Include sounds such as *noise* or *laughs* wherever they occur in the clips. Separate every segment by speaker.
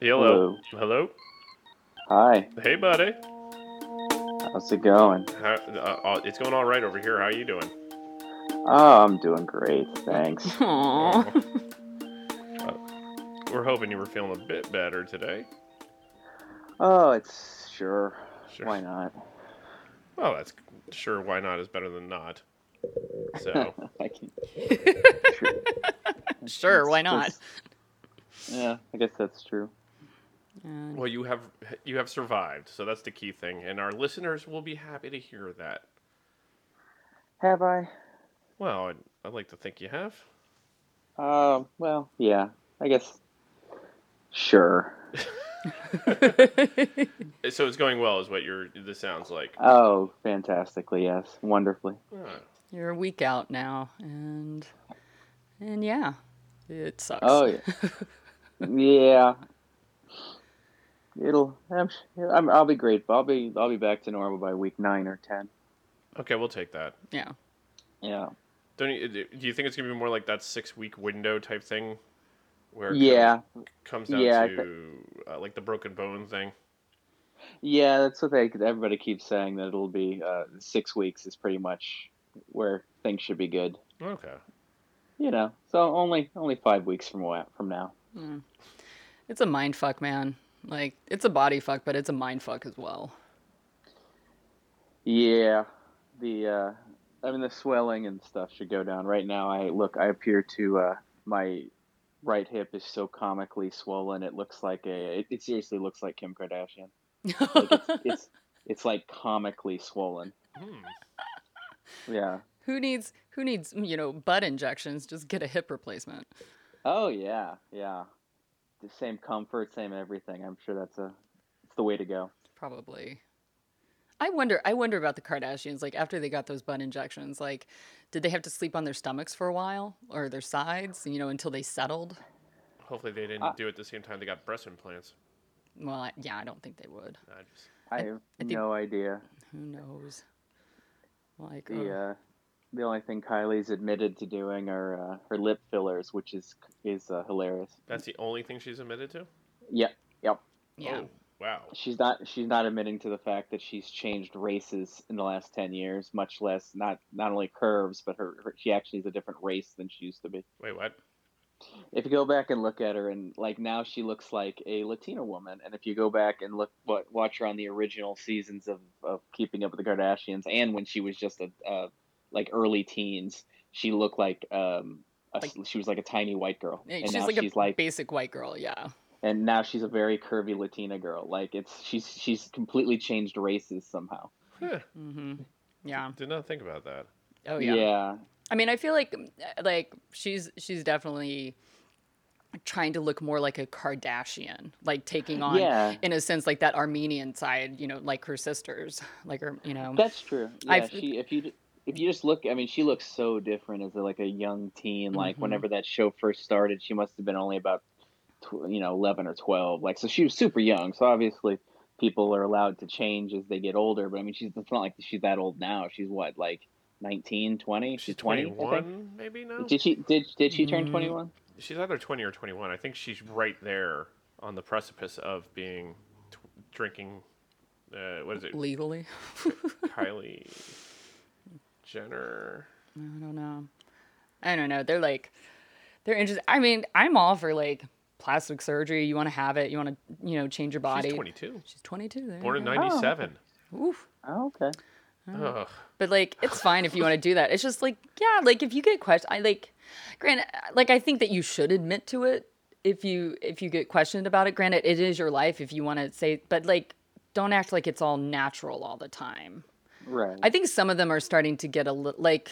Speaker 1: Hello. Hello.
Speaker 2: Hi.
Speaker 1: Hey, buddy.
Speaker 2: How's it going?
Speaker 1: How, uh, uh, it's going all right over here. How you doing?
Speaker 2: Oh, I'm doing great. Thanks.
Speaker 3: Aww.
Speaker 1: *laughs* Uh, we're hoping you were feeling a bit better today.
Speaker 2: Oh, it's sure.
Speaker 1: Sure.
Speaker 2: Why not? *laughs*
Speaker 1: Well, that's sure. Why not is better than not.
Speaker 2: *laughs*
Speaker 1: So,
Speaker 2: I can.
Speaker 3: *laughs* *laughs* Sure, why not?
Speaker 2: Yeah, I guess that's true.
Speaker 3: And
Speaker 1: well, you have you have survived. So that's the key thing, and our listeners will be happy to hear that.
Speaker 2: Have I?
Speaker 1: Well, I'd, I'd like to think you have.
Speaker 2: Um. Well, yeah. I guess. Sure.
Speaker 1: Uh, So it's going well, is what you're. This sounds like.
Speaker 2: Oh, fantastically. Yes. Wonderfully.
Speaker 1: Ah,
Speaker 3: You're a week out now, and and yeah, it sucks.
Speaker 2: Oh yeah. yeah. It'll. I'm, sure- I'm. I'll be great. I'll be. I'll be back to normal by week nine or ten.
Speaker 1: okay, we'll take that.
Speaker 3: *laughs* yeah.
Speaker 2: Yeah.
Speaker 1: Don't you, uh, do you think it's gonna be more like that six week window type thing, where it
Speaker 2: Yeah.
Speaker 1: comes, comes down
Speaker 2: Yeah, I
Speaker 1: to uh, like the broken bone thing?
Speaker 2: Yeah, that's what they everybody keeps saying that it'll be uh, six weeks is pretty much where things should be good.
Speaker 1: Okay.
Speaker 2: You know, so only only five weeks from wa- from now.
Speaker 3: Mm. It's a mind fuck, man. Like it's a body fuck, but it's a mind fuck as well.
Speaker 2: Yeah, the uh, I mean the swelling and stuff should go down. Right now, I look, I appear to uh, my right hip is so comically swollen it looks like a it, it seriously looks like Kim *laughs* Kardashian. Like it's, it's it's like comically swollen.
Speaker 1: Hmm.
Speaker 2: Yeah.
Speaker 3: *laughs* who needs who needs you know butt injections? Just get a hip replacement.
Speaker 2: Oh yeah, yeah. The same comfort, same everything. I'm sure that's a it's the way to go.
Speaker 3: Probably. I wonder I wonder about the Kardashians like after they got those butt injections like did they have to sleep on their stomachs for a while or their sides you know until they settled?
Speaker 1: Hopefully they didn't
Speaker 2: Uh,
Speaker 1: do it at the same time they got breast implants.
Speaker 3: Well, I, yeah, I don't think they would.
Speaker 1: I just,
Speaker 2: I have
Speaker 3: think-
Speaker 2: no idea.
Speaker 3: Who knows? Like
Speaker 2: The
Speaker 3: oh,
Speaker 2: uh, the only thing Kylie's admitted to doing are uh, her lip fillers, which is is uh, hilarious.
Speaker 1: that's the only thing she's admitted to.
Speaker 2: Yep, yep.
Speaker 3: yeah.
Speaker 1: Oh, wow.
Speaker 2: She's not she's not admitting to the fact that she's changed races in the last ten years, much less not not only curves, but her, her she actually is a different race than she used to be.
Speaker 1: Wait, what?
Speaker 2: if you go back and look at her and like now she looks like a latina woman and if you go back and look wa- watch her on the original seasons of, of keeping up with the kardashians and when she was just a uh, like early teens she looked like um a,
Speaker 3: Like-
Speaker 2: she was like a tiny white girl
Speaker 3: Yeah,
Speaker 2: and
Speaker 3: she's
Speaker 2: now
Speaker 3: like a
Speaker 2: she's like
Speaker 3: basic white girl, yeah.
Speaker 2: and now she's a very curvy latina girl like it's she's she's completely changed races somehow
Speaker 1: Huh,
Speaker 3: Mhm. Yeah.
Speaker 1: did not think about that.
Speaker 3: Oh yeah.
Speaker 2: yeah
Speaker 3: I mean, I feel like uh, like she's she's definitely trying to look more like a Kardashian, like taking on
Speaker 2: yeah
Speaker 3: in a sense like that Armenian side, you know, like her sisters, like her, you know.
Speaker 2: That's true. Yeah,
Speaker 3: I've-
Speaker 2: she if you if you just look, I mean, she looks so different as like a young teen. Like
Speaker 3: Mhm.
Speaker 2: whenever that show first started, she must have been only about tw- you know eleven or twelve. Like so, she was super young. So obviously, people are allowed to change as they get older. But I mean, she's it's not like she's that old now. She's what like 19, 20? She's, twenty. I think.
Speaker 1: 21, maybe now.
Speaker 2: Did she did did she turn
Speaker 3: Mm.
Speaker 2: twenty one?
Speaker 1: She's either 20 or 21. I think she's right there on the precipice of being t- drinking. Uh, what is it?
Speaker 3: legally.
Speaker 1: Kylie Jenner.
Speaker 3: I don't know. I don't know. They're like they're interested. I mean, I'm all for like plastic surgery. You want to have it, you want to, you know, change your body.
Speaker 1: She's 22.
Speaker 3: She's 22. There
Speaker 1: Born in
Speaker 3: you
Speaker 1: 97.
Speaker 3: go. Oof.
Speaker 2: Oh, okay.
Speaker 1: Ugh.
Speaker 3: But like, it's fine if you want to do that. It's just like, yeah, like if you get questioned, I like, granted, like I think that you should admit to it if you if you get questioned about it. Granted, it is your life if you want to say, but like, don't act like it's all natural all the time.
Speaker 2: Right.
Speaker 3: I think some of them are starting to get a little like.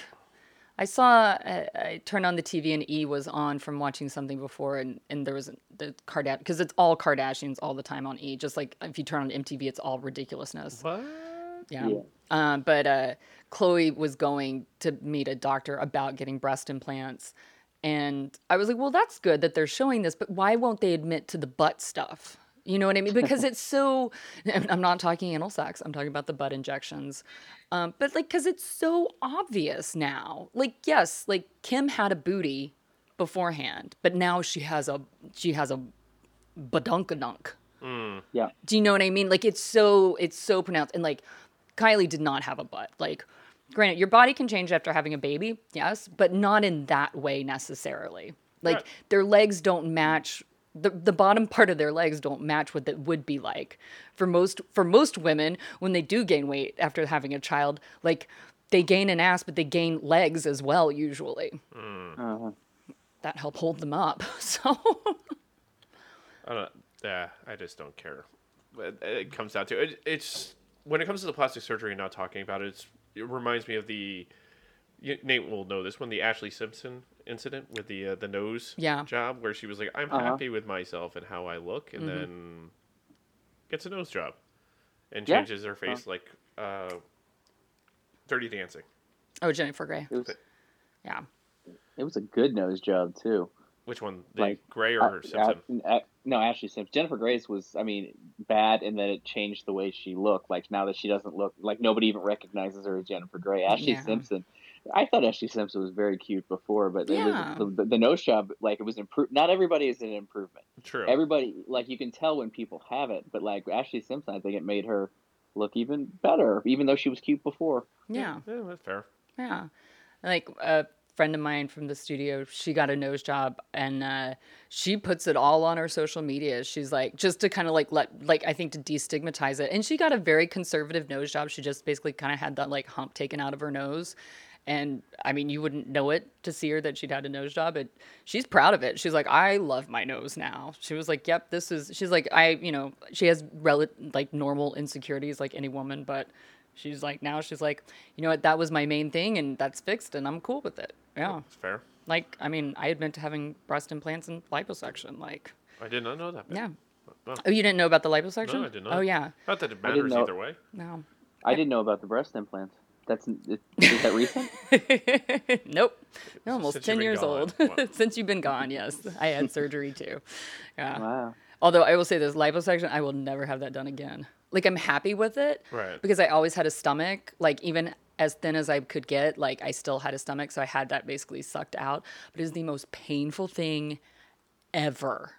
Speaker 3: I saw I, I turned on the TV and E was on from watching something before and and there was the Kardashian because it's all Kardashians all the time on E. Just like if you turn on MTV, it's all ridiculousness.
Speaker 1: What?
Speaker 3: Yeah.
Speaker 2: Yeah.
Speaker 3: Um, but uh, Chloe was going to meet a doctor about getting breast implants. And I was like, well, that's good that they're showing this, but why won't they admit to the butt stuff? You know what I mean? Because it's so, *laughs* and I'm not talking anal sex, I'm talking about the butt injections. Um, but like, because it's so obvious now. Like, yes, like Kim had a booty beforehand, but now she has a, she has a badunkadunk.
Speaker 2: Yeah.
Speaker 3: Do you know what I mean? Like it's so it's so pronounced and like Kylie did not have a butt. Like granted, your body can change after having a baby, yes, but not in that way necessarily. Like
Speaker 1: Right.
Speaker 3: their legs don't match the, the bottom part of their legs don't match what it would be like for most for most women when they do gain weight after having a child like they gain an ass but they gain legs as well usually
Speaker 2: Uh-huh.
Speaker 3: that help hold them up *laughs* so
Speaker 1: I don't. Yeah, I just don't care. But It comes down to it. It's when it comes to the plastic surgery and not talking about it. It's, it reminds me of the you- Nate will know this one, the Ashley Simpson incident with the uh, the nose
Speaker 3: Yeah.
Speaker 1: job, where she was like, "I'm
Speaker 2: Uh-huh.
Speaker 1: happy with myself and how I look," and
Speaker 3: Mm-hmm.
Speaker 1: then gets a nose job and
Speaker 2: Yeah. Uh-huh.
Speaker 1: changes her face like uh, Dirty Dancing.
Speaker 3: oh jennifer gray
Speaker 2: It was
Speaker 3: yeah
Speaker 2: it was a good nose job too.
Speaker 1: Which one, the
Speaker 2: Like, uh,
Speaker 1: Gray
Speaker 2: I-
Speaker 1: or Simpson?
Speaker 2: I- I- no, Ashley Simpson. Jennifer Grace was, I mean, bad in that it changed the way she looked. Like now that she doesn't look like nobody even recognizes her as Jennifer Gray. Ashley
Speaker 3: Yeah.
Speaker 2: Simpson. I thought Ashley Simpson was very cute before, but it
Speaker 3: Yeah.
Speaker 2: was, the, the nose job, like it was improved. Not everybody is an improvement.
Speaker 1: True.
Speaker 2: Everybody, like you can tell when people have it, but like Ashley Simpson, I think it made her look even better, even though she was cute before.
Speaker 3: yeah
Speaker 1: yeah, that's fair.
Speaker 3: Yeah. Like a friend of mine from the studio, she got a nose job and uh, she puts it all on her social media. She's like, just to kind of like let, like, I think to destigmatize it. And she got a very conservative nose job. She just basically kind of had that like hump taken out of her nose. And I mean, you wouldn't know it to see her that she'd had a nose job, but she's proud of it. She's like, I love my nose now. She was like, Yep, this is, she's like, I, you know, she has rel- like normal insecurities like any woman, but She's like, now she's like, you know what? That was my main thing, and that's fixed, and I'm cool with it. Yeah.
Speaker 1: That's fair.
Speaker 3: Like, I mean, I admit to having breast implants and liposuction. Like,
Speaker 1: I did not know that. bit.
Speaker 3: yeah.
Speaker 1: Well,
Speaker 3: Oh, you didn't know about the liposuction?
Speaker 1: no, I did not.
Speaker 3: Oh, yeah.
Speaker 1: Not that it matters
Speaker 2: know-
Speaker 1: either way.
Speaker 3: No. *laughs*
Speaker 2: I didn't know about the breast implants. That's is, is
Speaker 3: *laughs*
Speaker 2: that recent?
Speaker 3: nope. You're almost
Speaker 1: Since you've
Speaker 3: 10
Speaker 1: been
Speaker 3: years
Speaker 1: gone.
Speaker 3: old.
Speaker 1: Wow.
Speaker 3: *laughs* Since you've been gone, yes. I had surgery too. Yeah.
Speaker 2: Wow.
Speaker 3: Although I will say this liposuction, I will never have that done again. Like I'm happy with it,
Speaker 1: Right.
Speaker 3: Because I always had a stomach, like even as thin as I could get, like I still had a stomach, so I had that basically sucked out. But it is the most painful thing ever.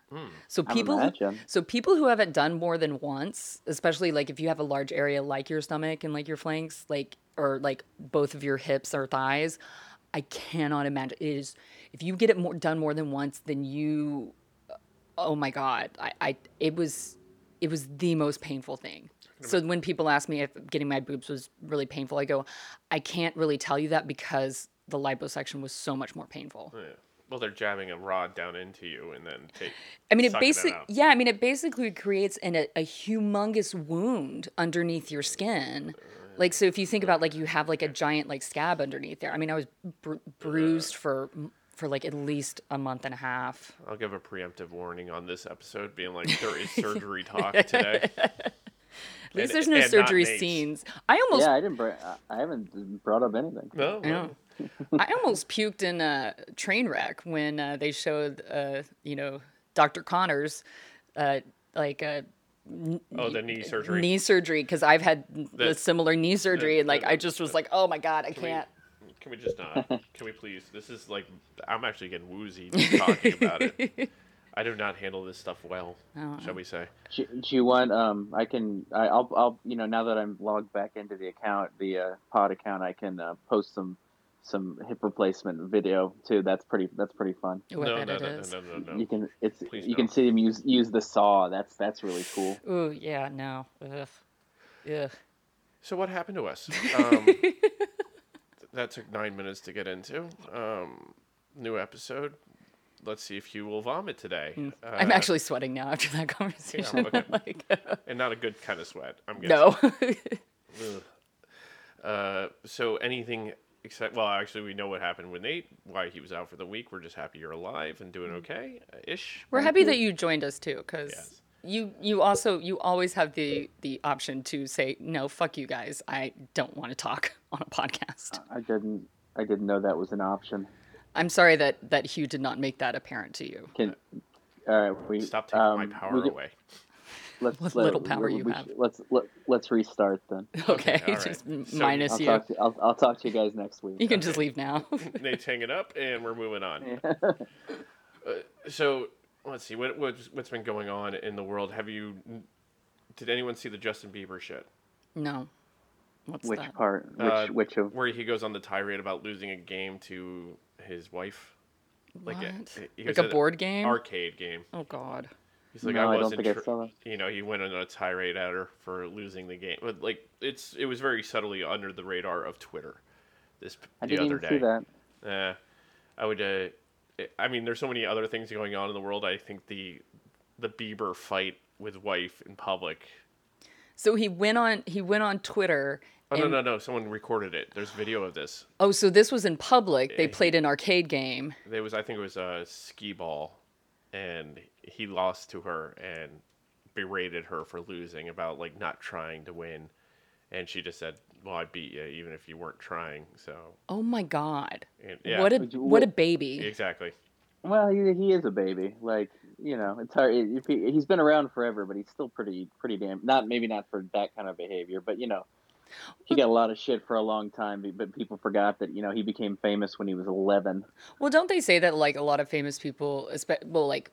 Speaker 3: So
Speaker 2: I
Speaker 3: people, who,
Speaker 2: imagine.
Speaker 3: so people who have it done more than once, especially like if you have a large area like your stomach and like your flanks, like or like both of your hips or thighs, I cannot imagine. It is if you get it more, done more than once, then you oh my god I, I it was it was the most painful thing so when people ask me if getting my boobs was really painful i go i can't really tell you that because the liposuction was so much more painful
Speaker 1: Yeah. Well, they're jamming a rod down into you and then take.
Speaker 3: i mean it
Speaker 1: sucking
Speaker 3: basically
Speaker 1: out.
Speaker 3: yeah i mean it basically creates an, a, a humongous wound underneath your skin like so if you think about like you have like a giant like scab underneath there i mean i was bru- bruised for for like at least a month and a half
Speaker 1: I'll give a preemptive warning on this episode, being like there
Speaker 3: *laughs*
Speaker 1: is surgery talk today.
Speaker 3: at
Speaker 1: And-
Speaker 3: least there's no
Speaker 1: and not
Speaker 3: surgery
Speaker 1: Nate's.
Speaker 3: scenes i almost
Speaker 2: Yeah, I didn't. Br- I- I haven't brought up anything.
Speaker 1: No,
Speaker 3: Yeah.
Speaker 1: well,
Speaker 3: I almost puked in a train wreck when uh, they showed, uh, you know, Dr. Connors, uh, like a
Speaker 1: oh, the knee surgery.
Speaker 3: knee surgery because I've had the,
Speaker 1: That-
Speaker 3: similar knee surgery,
Speaker 1: that-
Speaker 3: and like
Speaker 1: that-
Speaker 3: I just was like, oh my god, I can't.
Speaker 1: Can we just not? Can we please? This is like I'm actually getting woozy just
Speaker 3: *laughs*
Speaker 1: talking about it. I do not handle this stuff well,
Speaker 3: Oh,
Speaker 1: shall we say?
Speaker 2: Do, do you want? Um, I can. I, I'll. I'll. You know, now that I'm logged back into the account, the uh, pod account, I can uh, post some some hip replacement video too. That's pretty. That's pretty fun.
Speaker 3: Ooh, I
Speaker 1: no,
Speaker 3: bet
Speaker 1: no,
Speaker 3: it
Speaker 1: no,
Speaker 3: is.
Speaker 1: no, no, no,
Speaker 2: You can. It's.
Speaker 1: Please
Speaker 2: you
Speaker 1: don't.
Speaker 2: can see him use use the saw. That's that's really cool.
Speaker 3: Ooh, yeah, no. Ugh. Ugh.
Speaker 1: So what happened to
Speaker 3: *laughs*
Speaker 1: us? Um, th- that took nine minutes to get into. Um, new episode. Let's see if you will vomit today.
Speaker 3: Hmm. I'm
Speaker 1: Uh,
Speaker 3: actually sweating now after that *laughs* conversation.
Speaker 1: okay.
Speaker 3: *laughs* like, uh,
Speaker 1: and not a good kind of sweat. I'm guessing.
Speaker 3: no. *laughs*
Speaker 1: Ugh. Uh, so anything except well, actually, we know what happened with Nate. Why he was out for the week. We're just happy you're alive and
Speaker 3: Hmm.
Speaker 1: doing okay, uh, ish.
Speaker 3: We're happy that you joined us too, because
Speaker 1: Yes.
Speaker 3: you you also you always have the the option to say no, fuck you guys, I don't want to talk *laughs* on a podcast.
Speaker 1: Uh.
Speaker 2: I didn't. I didn't know that was an option.
Speaker 3: I'm sorry that that Hugh did not make that apparent to you. *laughs*
Speaker 2: Can. All right. We
Speaker 1: Stop taking my
Speaker 2: um,
Speaker 1: power
Speaker 2: we get-
Speaker 1: away.
Speaker 2: Let's,
Speaker 3: What
Speaker 2: let-
Speaker 3: little power
Speaker 2: we-
Speaker 3: you
Speaker 2: we
Speaker 3: have.
Speaker 2: should- Let's let, let's restart
Speaker 3: *laughs*
Speaker 2: then.
Speaker 3: Okay,
Speaker 1: all right.
Speaker 3: just m-
Speaker 1: So-
Speaker 3: minus
Speaker 2: I'll
Speaker 3: you.
Speaker 2: talk. To, I'll, I'll talk to you guys next week.
Speaker 3: you can just leave now. *laughs*
Speaker 1: *laughs* Nate's hanging up, and we're moving on. Uh, so let's see what what's, what's been going on in the world. Have you? Did anyone see the Justin Bieber shit?
Speaker 3: No. What's
Speaker 2: which
Speaker 3: that?
Speaker 2: part? Which
Speaker 1: Uh,
Speaker 2: which of?
Speaker 1: where he goes on the tirade about losing a game to his wife, like uh, a-
Speaker 3: What?
Speaker 1: he
Speaker 3: Like
Speaker 1: was
Speaker 3: a
Speaker 1: at
Speaker 3: board game?
Speaker 1: arcade game.
Speaker 3: oh God.
Speaker 1: He's like,
Speaker 2: No, I
Speaker 1: I
Speaker 2: don't
Speaker 1: wasn't.
Speaker 2: think I
Speaker 1: tr-
Speaker 2: saw
Speaker 1: You know, he went on a tirade at her for losing the game, but like it's it was very subtly under the radar of Twitter. This p-
Speaker 2: I
Speaker 1: the
Speaker 2: didn't
Speaker 1: other
Speaker 2: even
Speaker 1: day.
Speaker 2: see that.
Speaker 1: Yeah, Uh, I would. Uh, I mean, there's so many other things going on in the world. I think the the Bieber fight with wife in public.
Speaker 3: So he went on. He went on Twitter.
Speaker 1: Oh
Speaker 3: and,
Speaker 1: no, no, no! Someone recorded it. There's video of this.
Speaker 3: Oh, so this was in public. They
Speaker 1: Yeah, he-
Speaker 3: played an arcade game.
Speaker 1: There was, I think, it was a skee ball, and he lost to her and berated her for losing about like not trying to win, and she just said, "Well, I beat you, even if you weren't trying." So,
Speaker 3: Oh my God.
Speaker 1: and, yeah,
Speaker 3: What a
Speaker 2: Would you-
Speaker 3: what a baby.
Speaker 1: exactly.
Speaker 2: Well, he, he is a baby. Like you know, it's hard. If he, he's been around forever, but he's still pretty pretty damn. Not maybe not for that kind of behavior, but you know, he got a lot of shit for a long time. but- But people forgot that you know he became famous when he was eleven.
Speaker 3: Well, don't they say that like a lot of famous people, espe- well, like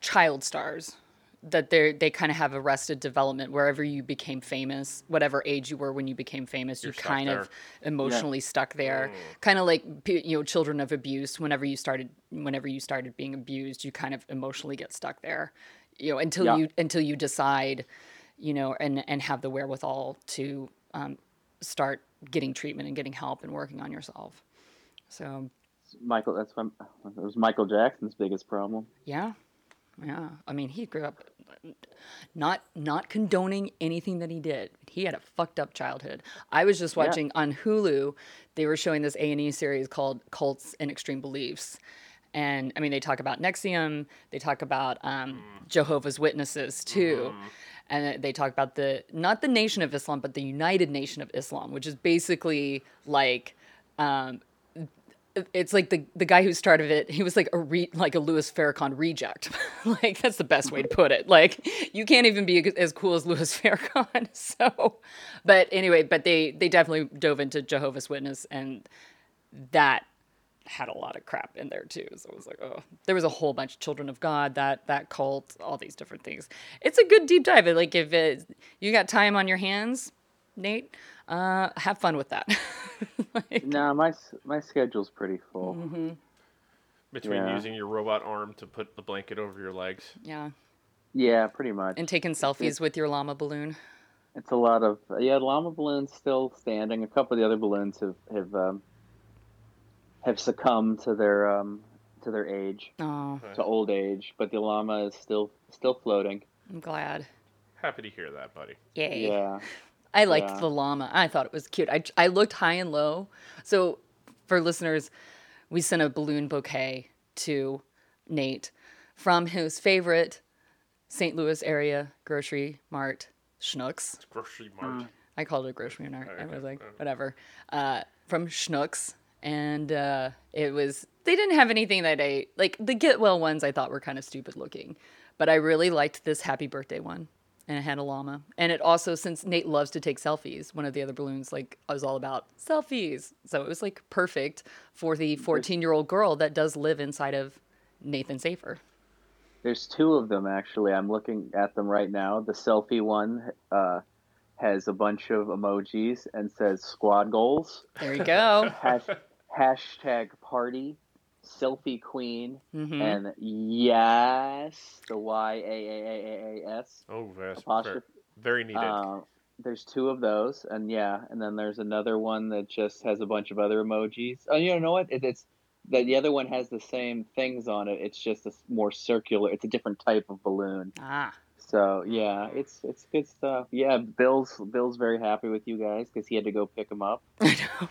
Speaker 3: child stars, that they they kind of have arrested development wherever you became famous, whatever age you were when you became famous, you
Speaker 1: You're stuck Mm.
Speaker 3: kind of emotionally stuck there. Kind of like p- you know children of abuse. Whenever you started, whenever you started being abused, you kind of emotionally get stuck there. You know until
Speaker 2: Yeah.
Speaker 3: you until you decide, you know, and and have the wherewithal to um, start getting treatment and getting help and working on yourself. So
Speaker 2: Michael, that's when it was Michael Jackson's biggest problem.
Speaker 3: Yeah. Yeah. I mean, he grew up not not condoning anything that he did. He had a fucked up childhood. I was just watching on Hulu, they were showing this A&E series called Cults and Extreme Beliefs. And I mean, they talk about Nexium, they talk about um, Jehovah's Witnesses too. And they talk about the not the Nation of Islam, but the United Nation of Islam, which is basically like um, it's like the the guy who started it he was like a re, like a louis farrakhan reject *laughs* like that's the best way to put it like you can't even be as cool as louis *laughs* farrakhan so but anyway but they they definitely dove into jehovah's witness and that had a lot of crap in there too so it was like oh there was a whole bunch of children of god that that cult all these different things it's a good deep dive like if it, you got time on your hands nate uh have fun with that *laughs* Like-
Speaker 2: No, my s- my schedule's pretty full.
Speaker 3: Mm-hmm.
Speaker 1: Between
Speaker 2: Yeah.
Speaker 1: using your robot arm to put the blanket over your legs,
Speaker 3: yeah
Speaker 2: Yeah, pretty much.
Speaker 3: and taking selfies with your llama balloon.
Speaker 2: It's a lot of yeah. Llama balloon's still standing. A couple of the other balloons have have um, have succumbed to their um, to their age,
Speaker 3: Oh,
Speaker 2: to old age. But the llama is still still floating.
Speaker 3: I'm glad.
Speaker 1: happy to hear that, buddy.
Speaker 3: Yay.
Speaker 2: Yeah,
Speaker 3: I liked
Speaker 2: Yeah.
Speaker 3: the llama. I thought it was cute. I, I looked high and low. So, for listeners, we sent a balloon bouquet to Nate from his favorite St. Louis area grocery mart, Schnucks.
Speaker 1: Grocery
Speaker 2: Mm.
Speaker 1: mart.
Speaker 3: I called it a grocery mart. I
Speaker 1: Okay.
Speaker 3: was like, whatever. Uh, from Schnucks. And uh, it was, they didn't have anything that I, like the Get Well ones I thought were kind of stupid looking. But I really liked this happy birthday one. And it had a llama. And it also, since Nate loves to take selfies, one of the other balloons, like, was all about selfies. So it was like perfect for the 14 year old girl that does live inside of Nathan Safer.
Speaker 2: there's two of them actually. I'm looking at them right now. The selfie one uh, has a bunch of emojis and says squad goals.
Speaker 3: There
Speaker 2: *laughs*
Speaker 3: you go.
Speaker 2: hash, hashtag party selfie queen
Speaker 3: Mhm.
Speaker 2: and yes the y a a a a a s
Speaker 1: Oh, yes, very,
Speaker 2: Apostrophe.
Speaker 1: very needed.
Speaker 2: uh, there's two of those and yeah and then there's another one that just has a bunch of other emojis oh you know what it, it's that the other one has the same things on it it's just a s- more circular it's a different type of balloon
Speaker 3: ah,
Speaker 2: so yeah it's it's good stuff yeah bill's bill's very happy with you guys because he had to go pick him up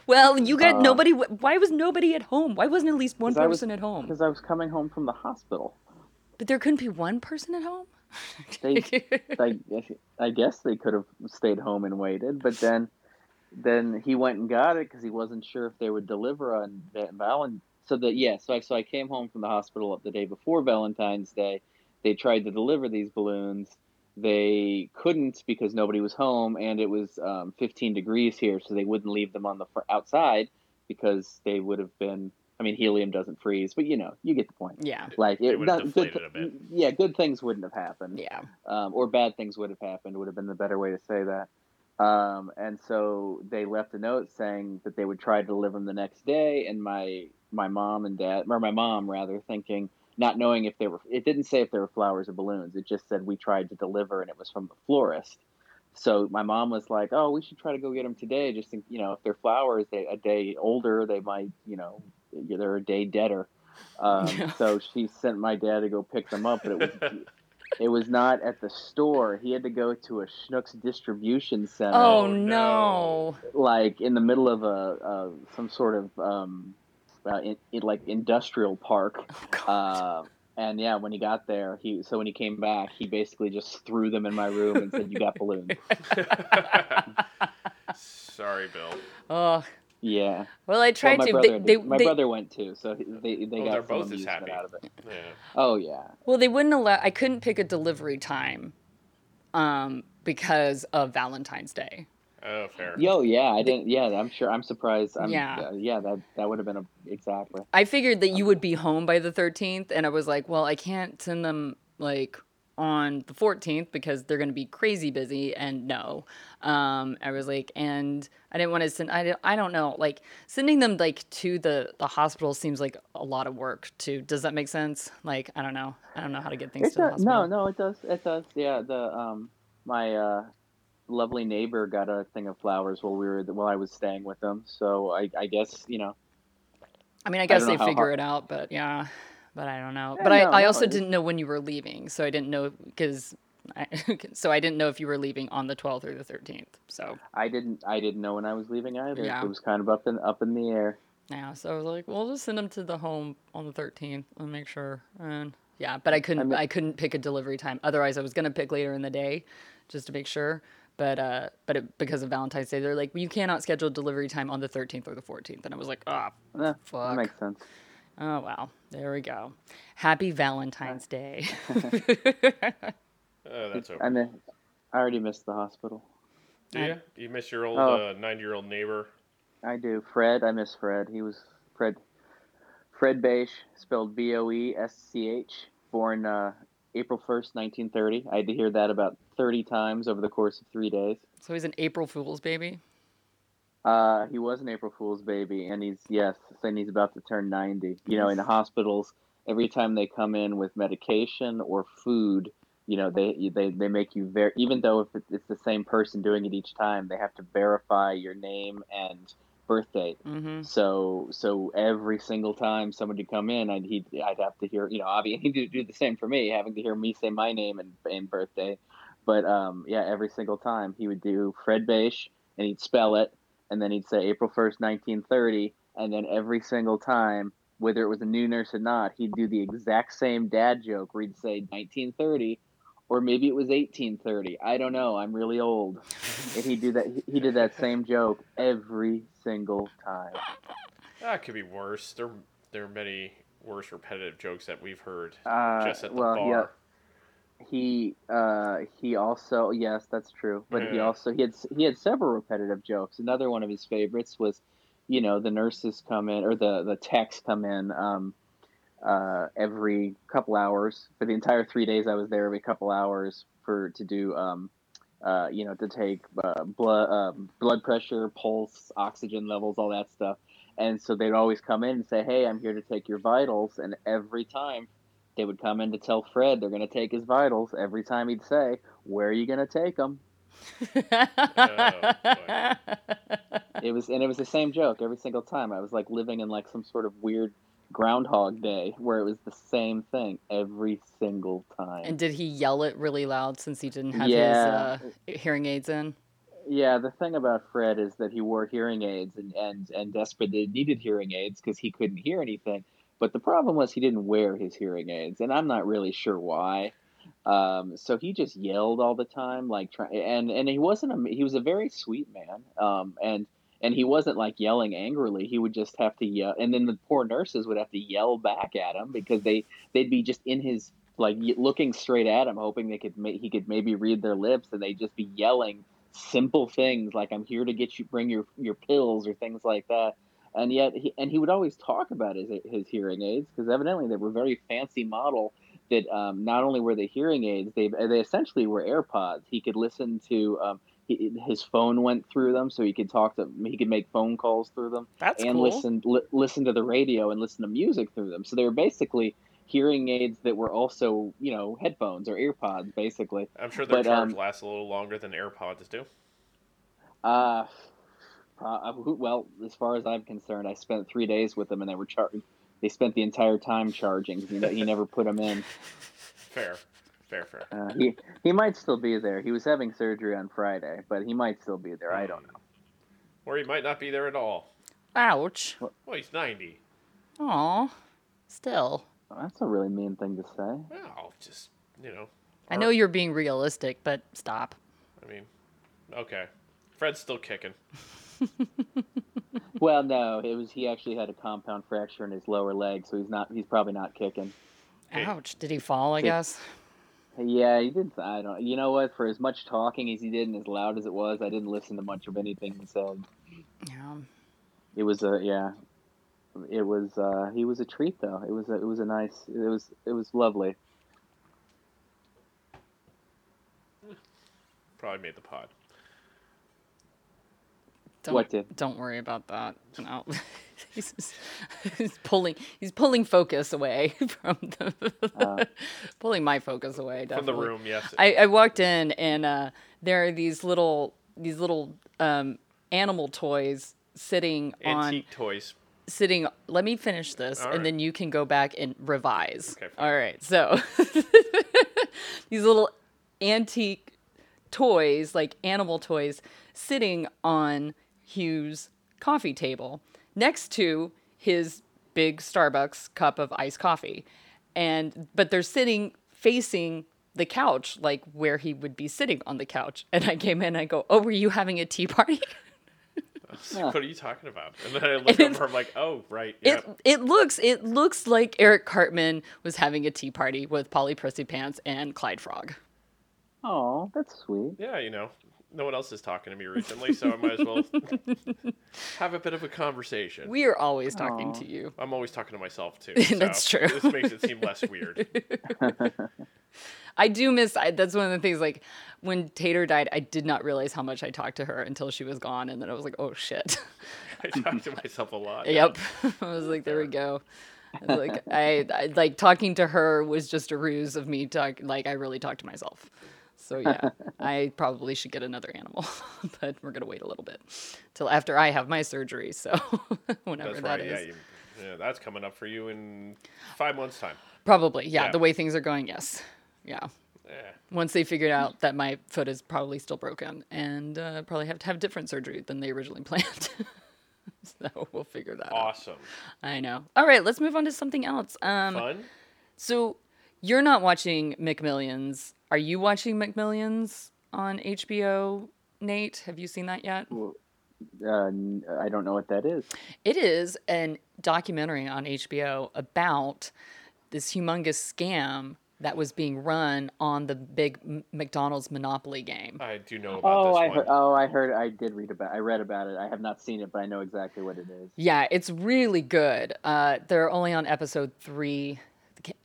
Speaker 3: well, you got
Speaker 2: Uh,
Speaker 3: nobody. Why was nobody at home? Why wasn't at least one
Speaker 2: 'Cause I was-
Speaker 3: person at home?
Speaker 2: because i was coming home from the hospital
Speaker 3: But there couldn't be one person at home. *laughs*
Speaker 2: They- I, I guess they could have stayed home and waited, but then then he went and got it because he wasn't sure if they would deliver on Va- Valen. So that yeah, so I so I came home from the hospital the day before Valentine's Day. They tried to deliver these balloons. They couldn't because nobody was home, and it was um, 15 degrees here, so they wouldn't leave them on the fr- outside because they would have been. I mean, helium doesn't freeze, but you know, you get the point.
Speaker 3: Yeah.
Speaker 2: Like
Speaker 1: It
Speaker 2: it,
Speaker 1: would've
Speaker 2: not, good,
Speaker 1: deflated a bit.
Speaker 2: yeah, good things wouldn't have happened
Speaker 3: Yeah.
Speaker 2: um, or bad things would have happened would have been the better way to say that. Um, and so they left a note saying that they would try to deliver them the next day. And my my mom and dad, or my mom rather, thinking not knowing if they were. It didn't say if they were flowers or balloons. It just said we tried to deliver, and it was from the florist. So my mom was like, "Oh, we should try to go get them today. Just think, you know, if they're flowers, they a day older, they might, you know, they're a day deader." Um,
Speaker 3: Yeah.
Speaker 2: So she sent my dad to go pick them up, but it was it was not at the store. He had to go to a Schnucks distribution center,
Speaker 3: Oh,
Speaker 1: Oh,
Speaker 3: no.
Speaker 1: no.
Speaker 2: like in the middle of a, a some sort of um, uh, in, in, like industrial
Speaker 3: *laughs*
Speaker 2: park.
Speaker 3: Oh, God.
Speaker 2: Uh, and yeah, when he got there, he so when he came back, he basically just threw them in my room and said, "You got
Speaker 3: *laughs*
Speaker 2: balloons."
Speaker 1: *laughs* Sorry, Bill.
Speaker 3: Ugh.
Speaker 2: Yeah.
Speaker 3: Well, I
Speaker 2: Well,
Speaker 3: tried
Speaker 2: my
Speaker 3: to.
Speaker 2: brother,
Speaker 3: they,
Speaker 2: did- my
Speaker 3: they,
Speaker 2: brother went too, so he- they they
Speaker 1: Oh,
Speaker 2: got
Speaker 1: they're
Speaker 2: some
Speaker 1: both as
Speaker 2: amusement
Speaker 1: happy.
Speaker 2: out of it.
Speaker 1: Yeah.
Speaker 2: Oh yeah.
Speaker 3: Well, they wouldn't allow. I couldn't pick a delivery time, um, because of Valentine's Day.
Speaker 1: Oh, fair.
Speaker 2: Yo, yeah, I didn't. Yeah, I'm sure. I'm surprised. I'm,
Speaker 3: Yeah.
Speaker 2: yeah, yeah. That that would have been a exactly.
Speaker 3: I figured that you would be home by the 13th, and I was like, well, I can't send them like on the 14th because they're going to be crazy busy. And no, um, I was like, and I didn't want to send. I don't, I don't know. Like sending them like to the the hospital seems like a lot of work. Too. Does that make sense? Like I don't know. I don't know how to get things
Speaker 2: It
Speaker 3: to the
Speaker 2: does.
Speaker 3: hospital.
Speaker 2: No, no, it does. It does. Yeah, the um, my uh, lovely neighbor got a thing of flowers while we were while I was staying with them. So I, I guess you know.
Speaker 3: I mean, I guess
Speaker 2: don't
Speaker 3: they
Speaker 2: know how
Speaker 3: figure
Speaker 2: hard-
Speaker 3: it out, but yeah, but I don't know.
Speaker 2: Yeah,
Speaker 3: but I,
Speaker 2: no,
Speaker 3: I
Speaker 2: no,
Speaker 3: also
Speaker 2: it's-
Speaker 3: didn't know when you were leaving, so I didn't know because, I, *laughs* so I didn't know if you were leaving on the 12th or the 13th. So
Speaker 2: I didn't. I didn't know when I was leaving either.
Speaker 3: Yeah.
Speaker 2: It was kind of up in up in the air.
Speaker 3: yeah, so I was like, well, just send them to the home on the 13th and make sure. And yeah, but I couldn't, I,
Speaker 2: Mm, mean-
Speaker 3: couldn't pick a delivery time. Otherwise, I was gonna pick later in the day, just to make sure. But uh, but it, because of Valentine's Day, they're like, you cannot schedule delivery time on the 13th or the 14th, and I was like, ah,
Speaker 2: Eh,
Speaker 3: Fuck.
Speaker 2: That makes sense.
Speaker 3: Oh wow, there we go. Happy Valentine's Day.
Speaker 2: *laughs*
Speaker 1: Oh, that's
Speaker 2: I
Speaker 1: over.
Speaker 2: mean, I already missed the hospital.
Speaker 1: Do you? You miss your old
Speaker 2: Oh.
Speaker 1: uh, nine-year-old neighbor?
Speaker 2: I do. Fred. I miss Fred. He was Fred. Fred Beisch, spelled B O E S C H, born uh, April first, nineteen thirty. I had to hear that about thirty times over the course of three days.
Speaker 3: So he's an April Fool's baby.
Speaker 2: Uh, he was an April Fool's baby, and he's yes, and he's about to turn ninety. You know, in the hospitals, every time they come in with medication or food, you know, they they, they make you ver Even though if it- it's the same person doing it each time, they have to verify your name and birth date.
Speaker 3: Mm-hmm.
Speaker 2: So so every single time somebody come in, I'd he I'd have to hear you know obviously *laughs* he'd do- do the same for me, having to hear me say my name and, and birthday. But um, yeah, every single time he would do Fred Beisch and he'd spell it, and then he'd say April first, nineteen thirty, and then every single time, whether it was a new nurse or not, he'd do the exact same dad joke where he'd say nineteen thirty, or maybe it was eighteen thirty. I don't know. I'm really old, and he do that. he- He did that same joke every single time.
Speaker 1: That Ah, could be worse. There, there are many worse repetitive jokes that we've heard
Speaker 2: Uh,
Speaker 1: just at the
Speaker 2: well,
Speaker 1: bar.
Speaker 2: yeah, he uh, he also yes, that's true. But he
Speaker 1: Yeah.
Speaker 2: also he had he had several repetitive jokes. Another one of his favorites was, you know, the nurses come in or the the techs come in um, uh, every couple hours for the entire three days I was there. Every couple hours for to do. Um, uh, you know, to take uh, blood, um, blood pressure, pulse, oxygen levels, all that stuff. And so they'd always come in and say, "Hey, I'm here to take your vitals." And every time they would come in to tell Fred they're going to take his vitals. Every time he'd say, "Where are you going to take them?" Oh,
Speaker 3: *laughs*
Speaker 2: It was, and it was the same joke every single time. I was like living in like some sort of weird Groundhog Day where it was the same thing every single time.
Speaker 3: and did he yell it really loud since he didn't have
Speaker 2: Yeah.
Speaker 3: his uh, hearing aids in?
Speaker 2: Yeah, the thing about Fred is that he wore hearing aids and and and desperately needed hearing aids because he couldn't hear anything. But the problem was he didn't wear his hearing aids, and I'm not really sure why. Um, so he just yelled all the time, like try, and and he wasn't a he was a very sweet man, um, and and he wasn't like yelling angrily. He would just have to yell, and then the poor nurses would have to yell back at him because they they'd be just in his like y- looking straight at him, hoping they could ma- he could maybe read their lips, and they'd just be yelling simple things like I'm here to get you bring your your pills or things like that. and yet he and he would always talk about his his hearing aids because evidently they were very fancy model that um, not only were they hearing aids they they essentially were AirPods. He could listen to um, he, his phone went through them, so he could talk to he could make phone calls through them
Speaker 4: That's
Speaker 2: and
Speaker 4: cool.
Speaker 2: listen li- listen to the radio and listen to music through them. So they were basically hearing aids that were also you know headphones or earpods basically.
Speaker 1: I'm sure their
Speaker 2: But,
Speaker 1: charge
Speaker 2: um,
Speaker 1: lasts a little longer than AirPods do.
Speaker 2: Uh, uh, who- well, as far as I'm concerned, I spent three days with them, and they were char- They spent the entire time charging. He, *laughs* he never put them in.
Speaker 1: Fair, fair, fair.
Speaker 2: Uh, he he might still be there. He was having surgery on Friday, but he might still be there. I don't know.
Speaker 1: Or he might not be there at all.
Speaker 3: Ouch.
Speaker 1: Well, he's 90.
Speaker 3: Aw. Still.
Speaker 2: That's a really mean thing to say.
Speaker 1: Well, just you know.
Speaker 3: I know you're being realistic, but stop.
Speaker 1: I mean, okay. Fred's still kicking.
Speaker 2: Well, no, it was he actually had a compound fracture in his lower leg, so he's not. He's probably not kicking.
Speaker 1: Hey.
Speaker 3: Ouch. Did he fall, I
Speaker 2: Did-
Speaker 3: guess?
Speaker 2: Yeah, he didn't. I don't. You know what? For as much talking as he did and as loud as it was, I didn't listen to much of anything he said.
Speaker 3: Yeah.
Speaker 2: It was a yeah. It was uh he was a treat though. It was a, it was a nice it was it was lovely.
Speaker 1: Probably made the pod.
Speaker 3: Don't,
Speaker 2: What did?
Speaker 3: Don't worry about that. No. *laughs* he's, just- he's pulling. He's pulling focus away *laughs* from the.
Speaker 2: Uh.
Speaker 3: *laughs* pulling my focus away.
Speaker 1: From the
Speaker 3: definitely.
Speaker 1: room, yes.
Speaker 3: I, I walked in and uh, there are these little these little um, animal toys sitting on
Speaker 1: Antique toys.
Speaker 3: sitting let me finish this
Speaker 1: All
Speaker 3: and
Speaker 1: right.
Speaker 3: then you can go back and revise
Speaker 1: Okay, fine.
Speaker 3: all right so *laughs* these little antique toys like animal toys sitting on hugh's coffee table next to his big starbucks cup of iced coffee and but they're sitting facing the couch like where he would be sitting on the couch and i came in and i go oh were you having a tea party
Speaker 1: What are you talking about? And
Speaker 3: *laughs*
Speaker 1: then I look
Speaker 3: It's-
Speaker 1: over. I'm like, oh right, yeah.
Speaker 3: It it looks it looks like Eric Cartman was having a tea party with Polly Prissy Pants and Clyde Frog.
Speaker 2: Oh, that's sweet.
Speaker 1: yeah, you know, no one else is talking to me recently, so I might as
Speaker 3: *laughs*
Speaker 1: well have a bit of a conversation.
Speaker 3: We are always talking to you.
Speaker 1: I'm always talking to myself too.
Speaker 3: *laughs* That's
Speaker 1: so
Speaker 3: true.
Speaker 1: This makes it seem less
Speaker 3: *laughs*
Speaker 1: weird. *laughs*
Speaker 3: I do miss. I, that's one of the things. Like when Tater died, I did not realize how much I talked to her until she was gone, and then I was like, oh shit. *laughs*
Speaker 1: I talk to myself a lot.
Speaker 3: yep. *laughs* I was like, there we go. I was like I, I like talking to her was just a ruse of me talk. Like I really talked to myself.
Speaker 1: *laughs*
Speaker 3: So yeah, I probably should get another animal, *laughs* but we're gonna wait a little bit till after I have my surgery. So *laughs* whenever
Speaker 1: That's
Speaker 3: that is.
Speaker 1: right. Yeah, you, yeah, that's coming up for you in five months' time.
Speaker 3: Probably, yeah,
Speaker 1: Yeah.
Speaker 3: The way things are going, yes. Yeah.
Speaker 1: Yeah.
Speaker 3: Once they figured out that my foot is probably still broken and uh, probably have to have different surgery than they originally *laughs* planned. so we'll figure that out.
Speaker 1: Awesome.
Speaker 3: I know. All right, let's move on to something else. Um,
Speaker 1: Fun.
Speaker 3: so you're not watching McMillions. Are you watching McMillions on HBO, Nate? Have you seen that yet?
Speaker 2: Uh, n- I don't know what that is.
Speaker 3: It is a documentary on HBO about this humongous scam that was being run on the big M- McDonald's Monopoly game.
Speaker 1: I do know about
Speaker 2: Oh,
Speaker 1: this
Speaker 2: I
Speaker 1: one.
Speaker 3: uh,
Speaker 2: heard. Oh, I heard. I did read about. I read about it. I have not seen it, but I know exactly what it is.
Speaker 3: Yeah, it's really good. Uh, they're only on episode three.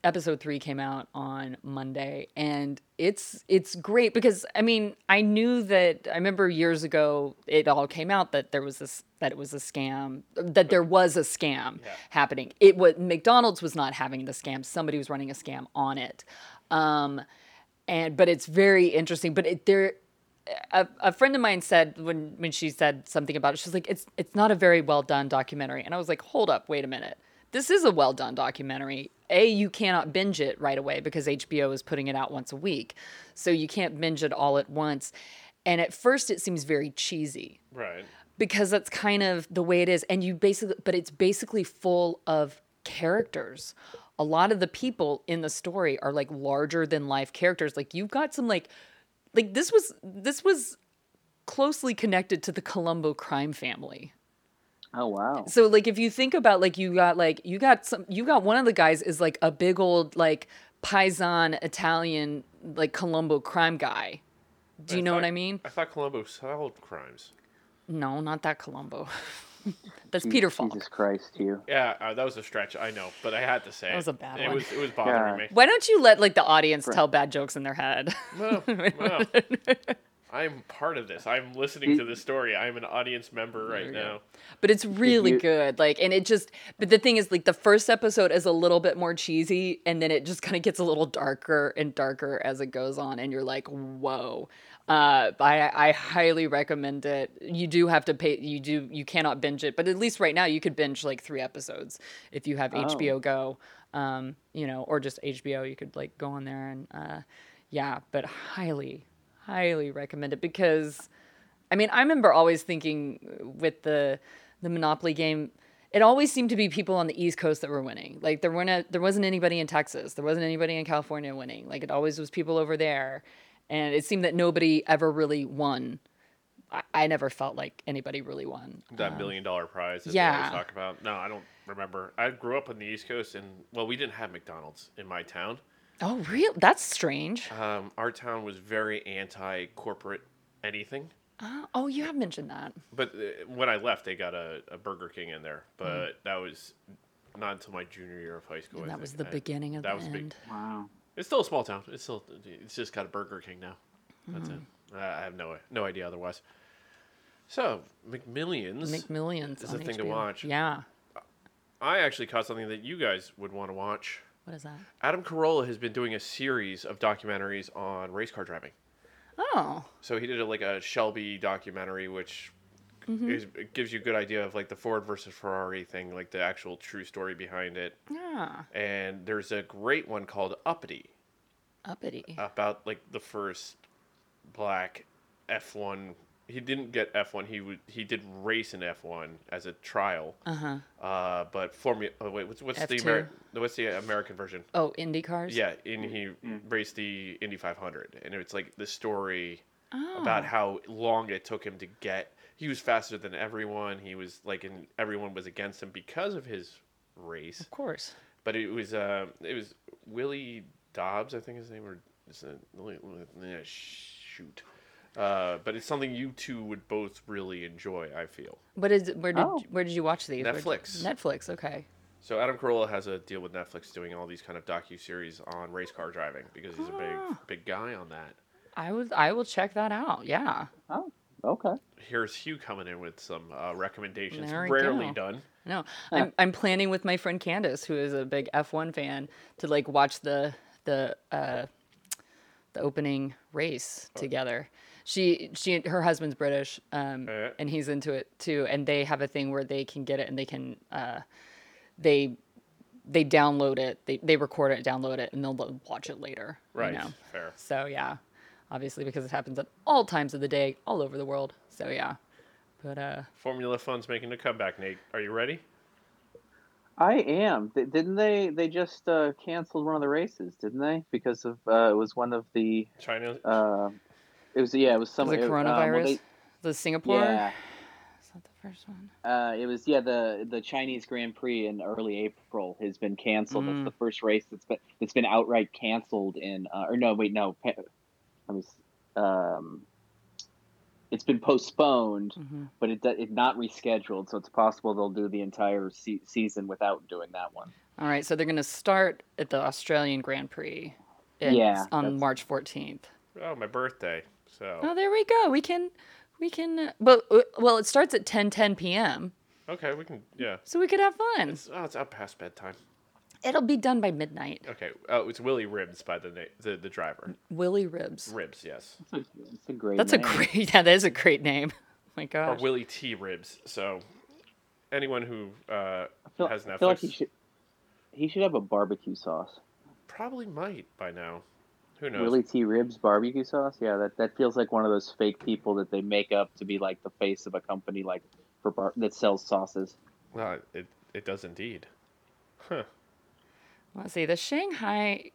Speaker 3: Episode three came out on Monday, and it's it's great because I mean I knew that I remember years ago it all came out that there was this that it was a scam that there was a scam happening. It was McDonald's was not having the scam. Somebody was running a scam on it, um, and but it's very interesting. But it, there a, a friend of mine said when when she said something about it, she was like, "It's it's not a very well done documentary," and I was like, "Hold up, wait a minute. This is a well done documentary. A, you cannot binge it right away because HBO is putting it out once a week, so you can't binge it all at once." And at first, it seems very cheesy
Speaker 1: Right.
Speaker 3: because that's kind of the way it is and you basically but it's basically full of characters a lot of the people in the story are like larger than life characters like you've got some like like this was this was closely connected to the colombo crime family
Speaker 2: Oh wow.
Speaker 3: so like if you think about like you got like you got some you got one of the guys is like a big old like paisan italian like colombo crime guy do you know what
Speaker 1: thought-
Speaker 3: i mean
Speaker 1: I thought Columbo solved crimes.
Speaker 3: no not that colombo *laughs* That's
Speaker 2: Mm,
Speaker 3: Peter Falk.
Speaker 2: Jesus Christ, you.
Speaker 1: Yeah, uh, that was a stretch. I know, but I had to say
Speaker 3: That
Speaker 1: it.
Speaker 3: was a bad
Speaker 1: it
Speaker 3: one.
Speaker 1: was it was bothering
Speaker 3: *laughs*
Speaker 2: Yeah.
Speaker 1: me.
Speaker 3: Why don't you let like the audience tell bad jokes in their head? *laughs*
Speaker 1: Well, well, I'm part of this. I'm listening to this story. I'm an audience member right now.
Speaker 3: but it's really
Speaker 2: you-
Speaker 3: good. Like, and it just, but the thing is, like, the first episode is a little bit more cheesy, and then it just kind of gets a little darker and darker as it goes on, and you're like, whoa. Uh, I I highly recommend it. You do have to pay. You do you cannot binge it, but at least right now you could binge like three episodes if you have HBO Go, um, you know, or just HBO. You could like go on there and uh, yeah. But highly, highly recommend it because I mean, I remember always thinking with the the Monopoly game, it always seemed to be people on the East Coast that were winning. Like there weren't there wasn't anybody in Texas, there wasn't anybody in California winning. Like it always was people over there, and it seemed that nobody ever really won. I, I never felt like anybody really won.
Speaker 1: That million dollar prize that they
Speaker 3: yeah.
Speaker 1: always talk about. No, I don't remember. I grew up on the East Coast, and well, we didn't have McDonald's in my town.
Speaker 3: Oh, real? That's strange.
Speaker 1: Um, our town was very anti corporate anything.
Speaker 3: Uh, oh, you have mentioned that.
Speaker 1: But uh, when I left, they got a, a Burger King in there, but that was not until my junior year of high school.
Speaker 3: Mm-hmm. And
Speaker 1: I
Speaker 3: that was
Speaker 1: think.
Speaker 3: the
Speaker 1: I-
Speaker 3: beginning of
Speaker 1: Uh, that
Speaker 3: the
Speaker 1: was
Speaker 3: end.
Speaker 1: big.
Speaker 2: Wow.
Speaker 1: It's still a small town. It's still it's just got a Burger King now. That's it. I I have no no idea otherwise. So McMillions,
Speaker 3: McMillions.
Speaker 1: It's
Speaker 3: on
Speaker 1: a thing to
Speaker 3: HBO.
Speaker 1: watch.
Speaker 3: Yeah.
Speaker 1: I actually caught something that you guys would want to watch.
Speaker 3: What is that?
Speaker 1: Adam Carolla has been doing a series of documentaries on race car driving.
Speaker 3: Oh,
Speaker 1: So he did a, like a Shelby documentary, which is, it gives you a good idea of like the Ford versus Ferrari thing, like the actual true story behind it.
Speaker 3: yeah.
Speaker 1: And there's a great one called Uppity,
Speaker 3: Uppity.
Speaker 1: about like the first black F1. He didn't get F1. He would he did race in F1 as a trial.
Speaker 3: Uh-huh.
Speaker 1: Uh, but Formula. Oh, wait, what's what's the
Speaker 3: F2.
Speaker 1: Ameri- what's the American version?
Speaker 3: Oh, Indy cars.
Speaker 1: Yeah, and he raced the Indy 500, and it's like the story
Speaker 3: Oh.
Speaker 1: about how long it took him to get. He was faster than everyone. He was like, and everyone was against him because of his race.
Speaker 3: Of course.
Speaker 1: But it was uh, it was Willie Dobbs, I think his name, or is it, yeah, shoot. Uh, but it's something you two would both really enjoy. I feel
Speaker 3: What is where did
Speaker 2: Oh.
Speaker 3: where did you watch these? Where did-
Speaker 1: Netflix.
Speaker 3: Netflix. Okay.
Speaker 1: so. Adam Carolla has a deal with Netflix doing all these kind of docu series on race car driving because he's a big
Speaker 3: Ah.
Speaker 1: big guy on that.
Speaker 3: I would I will check that out. Yeah.
Speaker 2: Oh, okay.
Speaker 1: here's Hugh coming in with some uh, recommendations.
Speaker 3: There we
Speaker 1: Rarely
Speaker 3: go.
Speaker 1: done.
Speaker 3: No. I'm I'm planning with my friend Candace, who is a big F1 fan, to like watch the the uh the opening race
Speaker 1: Oh.
Speaker 3: together. She she her husband's British um
Speaker 1: Uh.
Speaker 3: and he's into it too and they have a thing where they can get it and they can uh they they download it, they they record it, download it and they'll lo- watch it later. you
Speaker 1: Right.
Speaker 3: know?
Speaker 1: Fair.
Speaker 3: So yeah, obviously because it happens at all times of the day, all over the world. So yeah, but uh,
Speaker 1: Formula Fun's making a comeback, Nate. Are you ready?
Speaker 2: I am. Th- didn't they? They just uh, canceled one of the races, didn't they? Because of uh, it was one of the.
Speaker 1: China.
Speaker 2: Uh, it was yeah. It was some
Speaker 3: was it
Speaker 2: it- um, well,
Speaker 3: coronavirus?
Speaker 2: they-
Speaker 3: the Singapore?
Speaker 2: yeah.
Speaker 3: Is that the first one?
Speaker 2: Uh, it was yeah the the Chinese Grand Prix in early April has been canceled.
Speaker 3: Mm.
Speaker 2: That's the first race that's been that's been outright canceled in uh, or no wait no pa- I was um it's been postponed
Speaker 3: Mm-hmm.
Speaker 2: but it it's not rescheduled so it's possible they'll do the entire se- season without doing that one.
Speaker 3: All right, so they're gonna start at the Australian Grand Prix. in-
Speaker 2: Yeah,
Speaker 3: on
Speaker 2: that's-
Speaker 3: March fourteenth.
Speaker 1: oh, my birthday. So
Speaker 3: Oh, there we go. We can, we can. uh, But uh, well, it starts at ten ten p.m.
Speaker 1: okay, we can. Yeah.
Speaker 3: So we could have fun.
Speaker 1: It's, oh, it's up past bedtime.
Speaker 3: It'll be done by midnight.
Speaker 1: Okay. Oh, it's Willie Ribs by the na- the the driver.
Speaker 3: Willie Ribs.
Speaker 1: Ribs, yes.
Speaker 2: It's a great
Speaker 3: That's a
Speaker 2: name.
Speaker 3: great. *laughs* Yeah, that is a great name. Oh my
Speaker 1: Or
Speaker 3: gosh.
Speaker 1: Willie T. Ribs. So anyone who uh,
Speaker 2: I feel,
Speaker 1: has Netflix
Speaker 2: I feel like he should he should have a barbecue sauce.
Speaker 1: probably might by now. Who knows?
Speaker 2: Willie T. Ribs barbecue sauce. Yeah, that, that feels like one of those fake people that they make up to be like the face of a company like for bar- that sells sauces.
Speaker 1: Uh, it it does indeed. Huh.
Speaker 3: Let's see. The Shanghai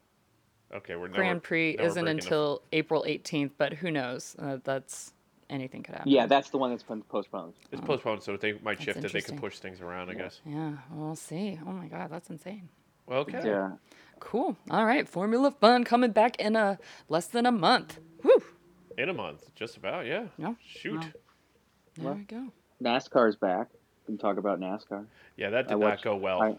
Speaker 1: Okay, we're now we're-
Speaker 3: Grand Prix
Speaker 1: now we're
Speaker 3: isn't
Speaker 1: breaking the-
Speaker 3: until April 18th, but who knows? Uh, that's anything could happen.
Speaker 2: Yeah, that's the one that's been postponed.
Speaker 1: it's postponed, so they might shift it. They can
Speaker 3: interesting.
Speaker 1: push things around, I guess.
Speaker 3: Yeah, we'll see. Oh my God, that's insane.
Speaker 1: Well, okay.
Speaker 2: Yeah.
Speaker 3: Cool. All right, Formula Fun coming back in a less than a month. Woo!
Speaker 1: In a month, just about, yeah.
Speaker 3: No,
Speaker 1: Shoot.
Speaker 3: no. There we go.
Speaker 2: NASCAR's back. and talk about NASCAR.
Speaker 1: Yeah, that did
Speaker 2: I
Speaker 1: not
Speaker 2: watched-
Speaker 1: go well.
Speaker 2: I-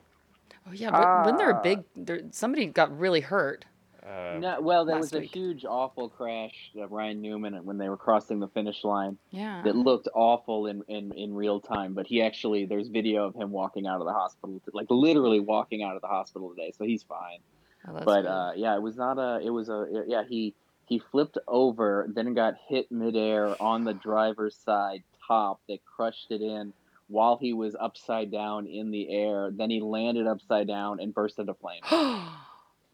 Speaker 3: Oh yeah, wa- wasn't there a
Speaker 2: Ah.
Speaker 3: big? There, somebody got really hurt.
Speaker 1: Uh,
Speaker 2: No, well, there was
Speaker 3: last
Speaker 2: a
Speaker 3: week.
Speaker 2: huge, awful crash of Ryan Newman uh, when they were crossing the finish line
Speaker 3: Yeah.
Speaker 2: that looked awful in, in, in real time. But he actually, there's video of him walking out of the hospital, like literally walking out of the hospital today. So he's fine.
Speaker 3: Oh, that's
Speaker 2: but
Speaker 3: good.
Speaker 2: uh, yeah, it was not a. It was a. Yeah, he he flipped over, then got hit midair on the driver's side top that crushed it in while he was upside down in the air. Then he landed upside down and burst into flames.
Speaker 3: *gasps* oh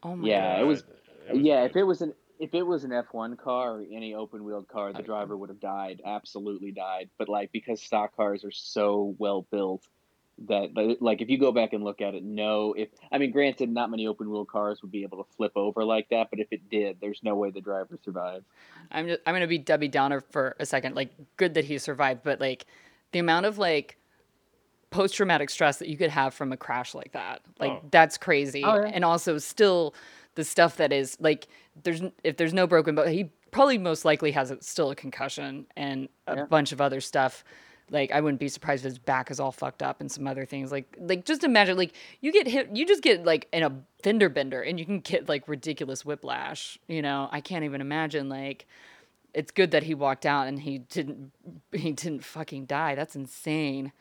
Speaker 3: my
Speaker 2: uh, yeah,
Speaker 3: God.
Speaker 2: it was-
Speaker 1: it was
Speaker 2: yeah,
Speaker 1: good.
Speaker 2: if it was an if it was an F one car or any open wheeled car, the
Speaker 3: I-
Speaker 2: driver would have died, absolutely died. But like because stock cars are so well built that but, like if you go back and look at it, no, if I mean granted not many open wheel cars would be able to flip over like that, but if it did, there's no way the driver survived.
Speaker 3: I'm just, I'm gonna be Debbie Downer for a second. Like, good that he survived, but like, the amount of like post traumatic stress that you could have from a crash like that, like
Speaker 1: Oh.
Speaker 3: that's crazy.
Speaker 2: Oh, yeah.
Speaker 3: And also, still the stuff that is like, there's n- if there's no broken bone, he probably most likely has a, still a concussion and a
Speaker 2: Yeah.
Speaker 3: bunch of other stuff. Like, I wouldn't be surprised if his back is all fucked up and some other things. Like, like just imagine, like you get hit, you just get like in a fender bender, and you can get like ridiculous whiplash. You know, I can't even imagine like it's good that he walked out and he didn't he didn't fucking die. That's insane.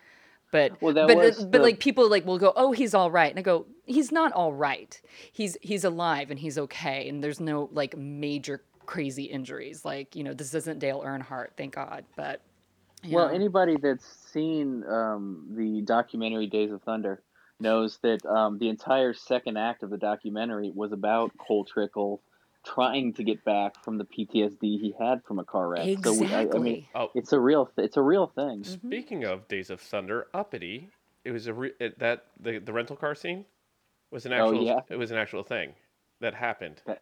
Speaker 3: But
Speaker 2: Well, that
Speaker 3: but
Speaker 2: was
Speaker 3: but
Speaker 2: the-
Speaker 3: like people like will go, "Oh, he's all right." And I go, "He's not all right. He's he's alive and he's okay and there's no like major crazy injuries. Like, you know, this isn't Dale Earnhardt, thank God." But you
Speaker 2: Well,
Speaker 3: know.
Speaker 2: anybody that's seen um, the documentary Days of Thunder knows that um, the entire second act of the documentary was about Cole Trickle trying to get back from the PTSD he had from a car wreck. So we- I- I, mean,
Speaker 3: Exactly. Mm-hmm.
Speaker 1: oh,
Speaker 2: it's a real, th- it's a real thing.
Speaker 1: speaking of Days of Thunder, Uppity, it was a re- it, that the the rental car scene was an
Speaker 2: Oh,
Speaker 1: actual
Speaker 2: yeah.
Speaker 1: it was an actual thing that happened
Speaker 2: That-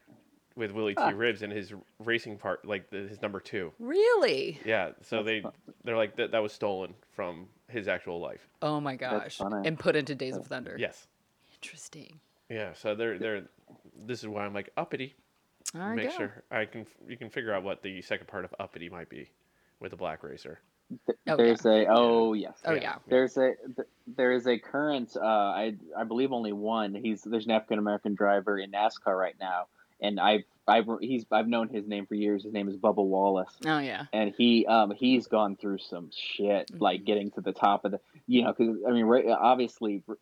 Speaker 1: with Willie T
Speaker 2: Huh.
Speaker 1: Ribs and his racing part, like the, his number two.
Speaker 3: Really?
Speaker 1: Yeah, so they they're like that that was stolen from his actual life.
Speaker 3: Oh my
Speaker 2: That's
Speaker 3: gosh.
Speaker 2: funny.
Speaker 3: And put into Days of Thunder.
Speaker 1: Yes.
Speaker 3: Interesting.
Speaker 1: Yeah, so they're they're this is why I'm like uppity.
Speaker 3: All right.
Speaker 1: Make sure I can you can figure out what the second part of uppity might be with the black racer.
Speaker 3: Oh,
Speaker 2: There's a, oh yes,
Speaker 3: Oh
Speaker 1: Yeah.
Speaker 3: yeah.
Speaker 2: There's a th- there is a current uh, I I believe only one. He's there's an African American driver in NASCAR right now, and I've I've he's I've known his name for years. His name is Bubba Wallace,
Speaker 3: Oh yeah.
Speaker 2: and he um he's gone through some shit like getting to the top of the you know because I mean ra- obviously r-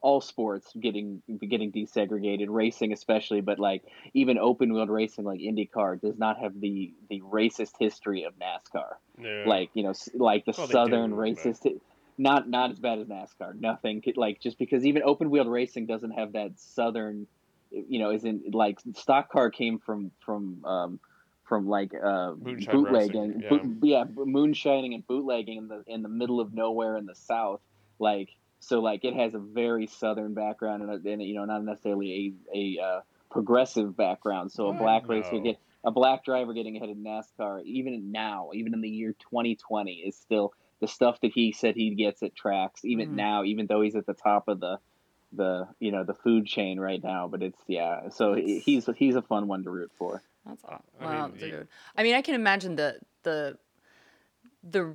Speaker 2: all sports getting getting desegregated racing especially but like even open wheeled racing like IndyCar does not have the the racist history of NASCAR
Speaker 1: No.
Speaker 2: like you know s- like the
Speaker 1: Well, they
Speaker 2: southern
Speaker 1: do, but-
Speaker 2: racist not not as bad as nascar nothing could- like just because even open wheeled racing doesn't have that southern you know isn't like stock car came from from um from like uh
Speaker 1: Moonshine
Speaker 2: bootlegging
Speaker 1: racing,
Speaker 2: boot- yeah. moonshining and bootlegging in the in the middle of nowhere in the south like so like it has a very southern background and, a- and you know not necessarily a a uh, progressive background so a
Speaker 1: Yeah,
Speaker 2: black racer
Speaker 1: no.
Speaker 2: get a black driver getting ahead of NASCAR, even now, even in the year 2020, is still the stuff that he said he gets at tracks. Even
Speaker 3: Mhm.
Speaker 2: now, even though he's at the top of the the you know the food chain right now, but it's yeah. So he-
Speaker 3: That's-
Speaker 2: he's he's a fun one to root for.
Speaker 3: That's
Speaker 1: I-
Speaker 3: awesome.
Speaker 1: I
Speaker 3: Wow,
Speaker 1: mean, you-
Speaker 3: dude. I mean, I can imagine the the the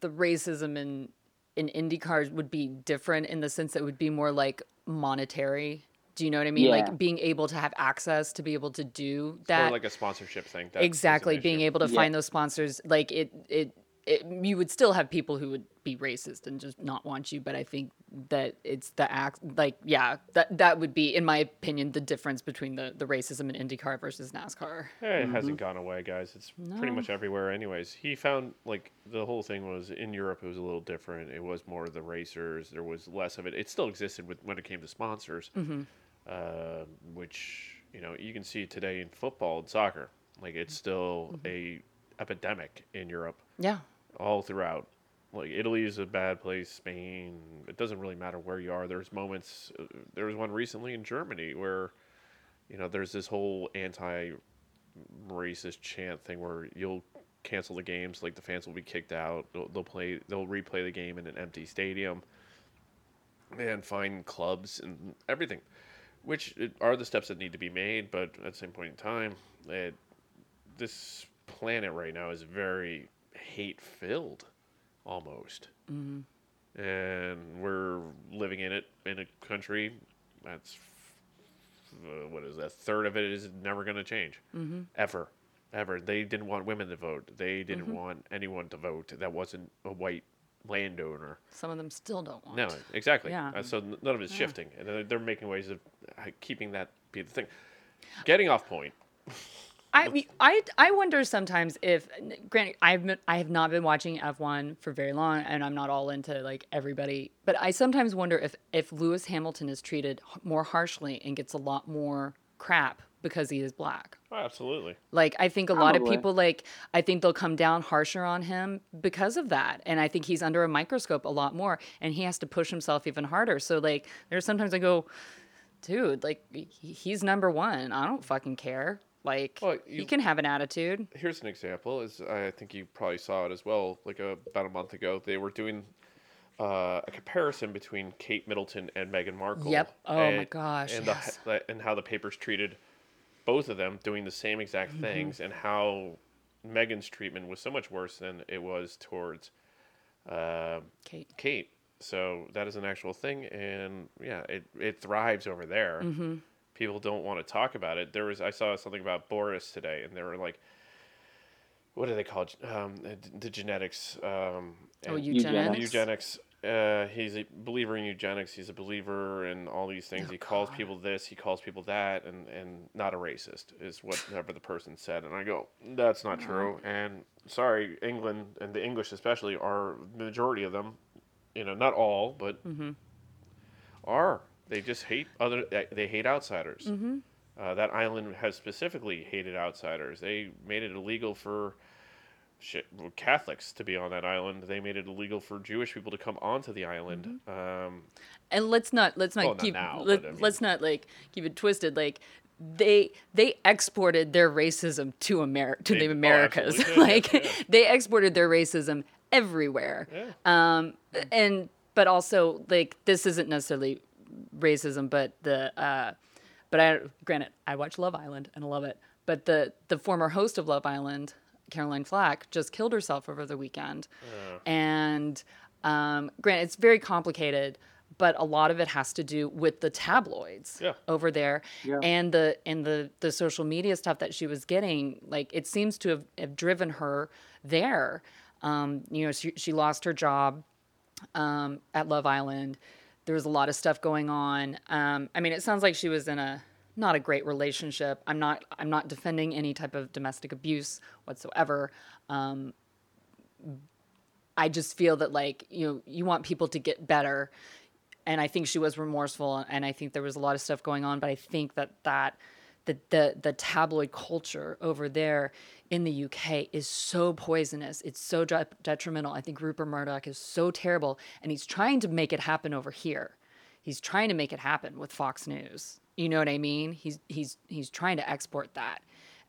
Speaker 3: the racism in in IndyCars would be different in the sense that it would be more like monetary. Do you know what I mean?
Speaker 2: Yeah.
Speaker 3: Like being able to have access to be able to do
Speaker 1: It's more
Speaker 3: that
Speaker 1: like a sponsorship thing. That is an
Speaker 3: exactly being
Speaker 1: issue.
Speaker 3: able to
Speaker 2: Yeah.
Speaker 3: find those sponsors like it it it, you would still have people who would be racist and just not want you, but I think that it's the act, like yeah, that that would be, in my opinion, the difference between the the racism in IndyCar versus NASCAR.
Speaker 1: Yeah, it hasn't gone away, guys. It's pretty
Speaker 3: Mm-hmm. No.
Speaker 1: much everywhere, anyways. He found like the whole thing was in Europe. It was a little different. It was more the racers. There was less of it. It still existed with when it came to sponsors,
Speaker 3: Mm-hmm.
Speaker 1: uh, which you know you can see today in football and soccer. Like
Speaker 3: Mm-hmm.
Speaker 1: it's still a epidemic in Europe,
Speaker 3: Yeah,
Speaker 1: all throughout. Like Italy is a bad place. Spain. It doesn't really matter where you are. There's moments. uh, There was one recently in Germany where, you know, there's this whole anti racist chant thing where you'll cancel the games, like the fans will be kicked out. They'll, they'll play, they'll replay the game in an empty stadium, and find clubs and everything, which it- are the steps that need to be made. But at the same point in time, it, this planet right now is very hate filled, almost.
Speaker 3: Mm-hmm.
Speaker 1: and we're living in it in a country that's uh, what is that? a third of it is never going to change
Speaker 3: Mm-hmm.
Speaker 1: ever ever they didn't want women to vote they didn't
Speaker 3: Mhm.
Speaker 1: want anyone to vote that wasn't a white landowner
Speaker 3: Some of them still don't want.
Speaker 1: no exactly
Speaker 3: Yeah.
Speaker 1: Uh, so n- none of it's
Speaker 3: Yeah.
Speaker 1: shifting and they're, they're making ways of uh, keeping that be the thing getting off point
Speaker 3: I mean, I I wonder sometimes if, granted, I've been, I have not been watching F1 for very long, and I'm not all into like everybody, but I sometimes wonder if if Lewis Hamilton is treated h- more harshly and gets a lot more crap because he is black.
Speaker 1: oh, absolutely
Speaker 3: Like I think a lot of
Speaker 2: Probably.
Speaker 3: people like I think they'll come down harsher on him because of that. And I think he's under a microscope a lot more and he has to push himself even harder. So like there's sometimes I go, dude, like he- he's number 1. I don't fucking care. Like
Speaker 1: Well,
Speaker 3: you,
Speaker 1: you-
Speaker 3: can have an attitude.
Speaker 1: here's an example is i think you probably saw it as well like uh, about a month ago they were doing uh, a comparison between kate middleton and meghan markle
Speaker 3: Yep. Oh my
Speaker 1: and-
Speaker 3: gosh,
Speaker 1: and,
Speaker 3: yes.
Speaker 1: the, the- and how the papers treated both of them doing the same exact
Speaker 3: Mm-hmm.
Speaker 1: things and how megan's treatment was so much worse than it was towards uh,
Speaker 3: Kate.
Speaker 1: kate so that is an actual thing and yeah it, it thrives over there
Speaker 3: Mm-hmm.
Speaker 1: people don't want to talk about it. There was I saw something about Boris today, and they were like, "What do they call it? um, the, the genetics?" Um,
Speaker 3: Oh,
Speaker 1: and-
Speaker 3: eugenics.
Speaker 1: eugenics. Uh, he's a believer in eugenics. He's a believer in all these things.
Speaker 3: Oh,
Speaker 1: he calls people this. He calls people that, and and not a racist is *laughs* whatever the person said. And I go, that's
Speaker 3: Uh-huh.
Speaker 1: not true. And sorry, England and the English especially are majority of them, you know, not all, but
Speaker 3: Mm-hmm.
Speaker 1: are they just hate other? they- They hate outsiders.
Speaker 3: Mm-hmm.
Speaker 1: Uh, that island has specifically hated outsiders. They made it illegal for shit, well, Catholics to be on that island. They made it illegal for Jewish people to come onto the island.
Speaker 3: Mm-hmm.
Speaker 1: Um,
Speaker 3: and let's not let's not
Speaker 1: Well, not
Speaker 3: keep
Speaker 1: now, but
Speaker 3: let,
Speaker 1: I mean-
Speaker 3: us not like keep it twisted like they they exported their racism to America to
Speaker 1: They-
Speaker 3: the
Speaker 1: oh,
Speaker 3: Americas
Speaker 1: absolutely. Yeah,
Speaker 3: *laughs* like
Speaker 1: yeah, yeah.
Speaker 3: they exported their racism everywhere
Speaker 1: Yeah.
Speaker 3: um and but also like this isn't necessarily racism but the uh but I granted I watch Love Island and I love it but the the former host of Love Island Caroline Flack just killed herself over the weekend and um, granted, it's very complicated, but a lot of it has to do with the tabloids
Speaker 1: Yeah.
Speaker 3: over there
Speaker 2: Yeah.
Speaker 3: and the and the the social media stuff that she was getting. Like it seems to have, have driven her there. Um, you know, she she lost her job um, at Love Island. There was a lot of stuff going on. Um, I mean, it sounds like she was in a not a great relationship. I'm not I'm not defending any type of domestic abuse whatsoever. Um, I just feel that like you know you want people to get better, and I think she was remorseful, and I think there was a lot of stuff going on, but I think that that. The, the, the tabloid culture over there in the UK is so poisonous. It's so de- detrimental. I think Rupert Murdoch is so terrible, and he's trying to make it happen over here. He's trying to make it happen with Fox News. You know what I mean? He's he's he's trying to export that.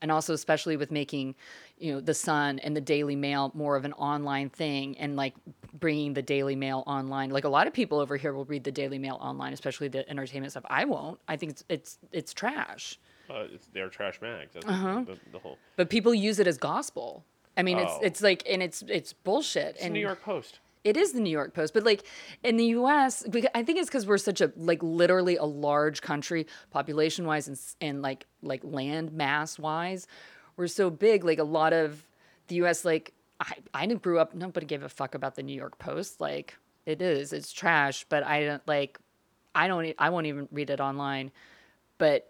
Speaker 3: And also especially with making, you know, the Sun and the Daily Mail more of an online thing and like bringing the Daily Mail online. Like a lot of people over here will read the Daily Mail online, especially the entertainment stuff. I won't. I think it's it's it's trash.
Speaker 1: uh, it's, they're trash mags. That's
Speaker 3: Uh-huh.
Speaker 1: the, the whole.
Speaker 3: But people use it as gospel. I mean, it's
Speaker 1: Oh.
Speaker 3: it's like and it's it's bullshit.
Speaker 1: It's the
Speaker 3: and
Speaker 1: New York Post.
Speaker 3: It is the New York Post, but like in the U.S., beca- I think it's because we're such a like literally a large country, population wise, and, s- and like like land mass wise, we're so big. Like a lot of the U.S. like I I didn't grew up. Nobody gave a fuck about the New York Post. Like it is, it's trash. But I don't like. I don't. e- I won't even read it online. But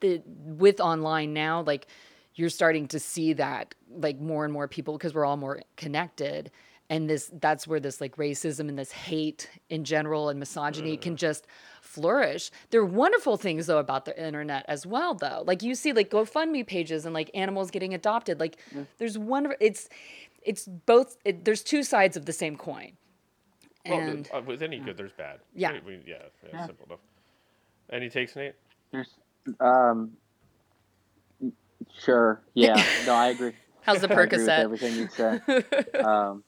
Speaker 3: the with online now like you're starting to see that like more and more people because we're all more connected and this that's where this like racism and this hate in general and misogyny
Speaker 2: Mm.
Speaker 3: can just flourish there are wonderful things though about the internet as well though like you see like gofundme pages and like animals getting adopted like there's wonderful it's it's both it, there's two sides of the same coin
Speaker 1: Well,
Speaker 3: and Mm.
Speaker 1: uh, with any good, there's bad.
Speaker 3: Yeah.
Speaker 1: I mean, yeah, yeah, Simple enough. Any takes, Nate?
Speaker 2: There's, um, sure. Yeah. No, I agree.
Speaker 3: how's *laughs* the
Speaker 2: *laughs* I agree with
Speaker 3: percocet
Speaker 2: everything you said.
Speaker 3: *laughs*
Speaker 2: um,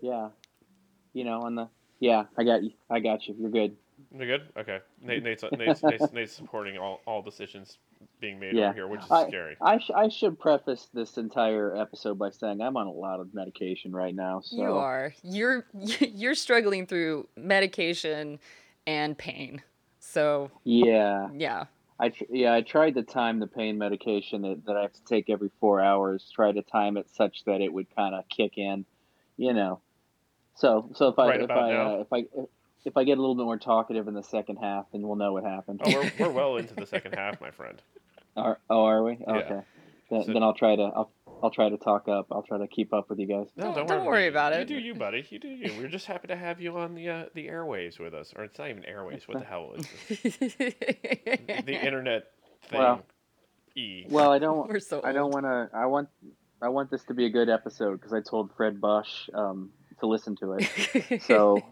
Speaker 2: yeah. You know, on the yeah, I got you. I got you. You're good.
Speaker 1: You're good. Okay.
Speaker 3: Mm-hmm.
Speaker 1: Nate, Nate's, Nate's, Nate's, Nate's supporting all, all decisions being made
Speaker 2: Yeah.
Speaker 1: over here, which is
Speaker 2: I-
Speaker 1: scary.
Speaker 2: I, sh- I should preface this entire episode by saying I'm on a lot of medication right now. So
Speaker 3: You are. You're *laughs* you're struggling through medication and pain. So,
Speaker 2: yeah,
Speaker 3: yeah.
Speaker 2: I tr- yeah I tried to time the pain medication that, that I have to take every four hours. Try to time it such that it would kind of kick in, you know. So so if I
Speaker 1: Right
Speaker 2: if
Speaker 1: about
Speaker 2: I,
Speaker 1: now?
Speaker 2: uh, if I if I get a little bit more talkative in the second half, then we'll know what happened.
Speaker 1: Oh, we're, we're well into the second half, my
Speaker 3: *laughs*
Speaker 1: friend.
Speaker 2: Are, oh, are we?
Speaker 1: Yeah.
Speaker 2: Okay. Then,
Speaker 1: So-
Speaker 2: then I'll try to I'll, I'll try to talk up. I'll try to keep up with you guys.
Speaker 1: No,
Speaker 3: Don't-
Speaker 1: don't,
Speaker 3: don't worry about it.
Speaker 1: You do you, buddy. You do you. We're just happy to have you on the uh, the airwaves with us. Or it's not even airwaves. What the hell is this? the
Speaker 3: *laughs*
Speaker 1: internet thing?
Speaker 2: Well-
Speaker 1: e.
Speaker 2: Well, I don't.
Speaker 3: We're so
Speaker 2: I don't
Speaker 3: old.
Speaker 2: want to. I want. I want this to be a good episode because I told Fred Bush um, to listen to it, *laughs* so-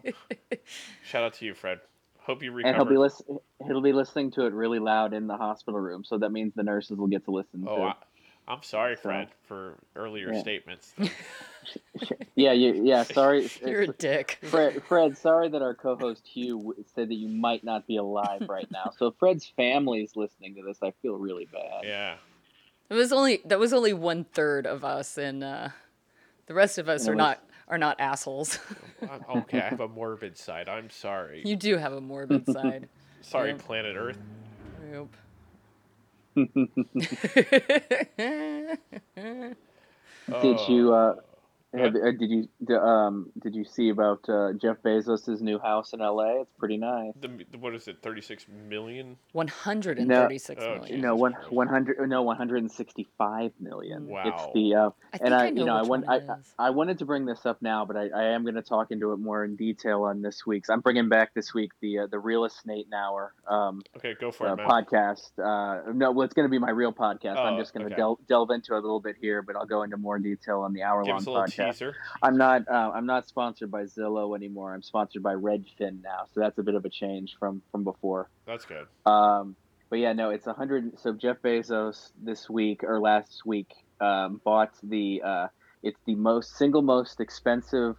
Speaker 1: Shout out to you, Fred. Hope you recover.
Speaker 2: and he'll be listen. He'll be listening to it really loud in the hospital room, so that means the nurses will get to listen.
Speaker 1: oh,
Speaker 2: to.
Speaker 1: I, I'm sorry,
Speaker 2: So-
Speaker 1: Fred, for earlier
Speaker 2: Yeah.
Speaker 1: statements.
Speaker 2: Yeah, you,
Speaker 1: *laughs*
Speaker 2: yeah. Sorry,
Speaker 3: *laughs* You're a dick.
Speaker 2: *laughs* Fred. Fred, sorry that our co-host Hugh w- said that you might not
Speaker 1: *laughs*
Speaker 2: be alive right now. So if Fred's family is listening to this. I feel really bad. *laughs*
Speaker 1: yeah.
Speaker 3: It was only that was only one third of us, and uh, the rest of us
Speaker 2: And it
Speaker 3: are
Speaker 2: was-
Speaker 3: not are not assholes.
Speaker 1: I'm, Uh, okay, I have a morbid side. I'm sorry.
Speaker 3: *laughs* you do have
Speaker 2: *laughs*
Speaker 3: a morbid side.
Speaker 1: sorry,
Speaker 3: Yeah.
Speaker 1: planet Earth.
Speaker 3: Nope. *laughs*
Speaker 1: Oh.
Speaker 2: Did you? Uh,
Speaker 1: Yeah.
Speaker 2: have, uh, did you? d- Um, did you see about uh, Jeff Bezos' new house in L.A.? It's pretty nice.
Speaker 1: The, the- what is it? Thirty-six million.
Speaker 3: One hundred and thirty-six
Speaker 1: No.
Speaker 3: million.
Speaker 1: Oh, Jesus.
Speaker 2: No one
Speaker 1: Christ.
Speaker 2: one hundred no one hundred and sixty five million.
Speaker 1: Wow.
Speaker 2: It's the uh,
Speaker 3: I think
Speaker 2: and I,
Speaker 3: I know
Speaker 2: you know I
Speaker 3: which
Speaker 2: want
Speaker 3: one
Speaker 2: I,
Speaker 3: it is.
Speaker 2: I wanted to bring this up now, but I, I am going to talk into it more in detail on this week's. I'm bringing back this week the uh, the realest Nate Nauer um,
Speaker 1: Okay, go for
Speaker 2: uh,
Speaker 1: it, man.
Speaker 2: podcast. Uh, no, well, it's going to be my real podcast. I'm
Speaker 1: Oh,
Speaker 2: just going to
Speaker 1: okay.
Speaker 2: del- delve into it a little bit here, but I'll go into more detail on the hour
Speaker 1: Give
Speaker 2: long
Speaker 1: us a little
Speaker 2: podcast.
Speaker 1: teaser.
Speaker 2: I'm not uh, I'm not sponsored by Zillow anymore. I'm sponsored by Redfin now, so that's a bit of a change from from before.
Speaker 1: That's good.
Speaker 2: Um, but yeah, no, it's a hundred. So Jeff Bezos this week or last week um, bought the. Uh, it's the most single most expensive,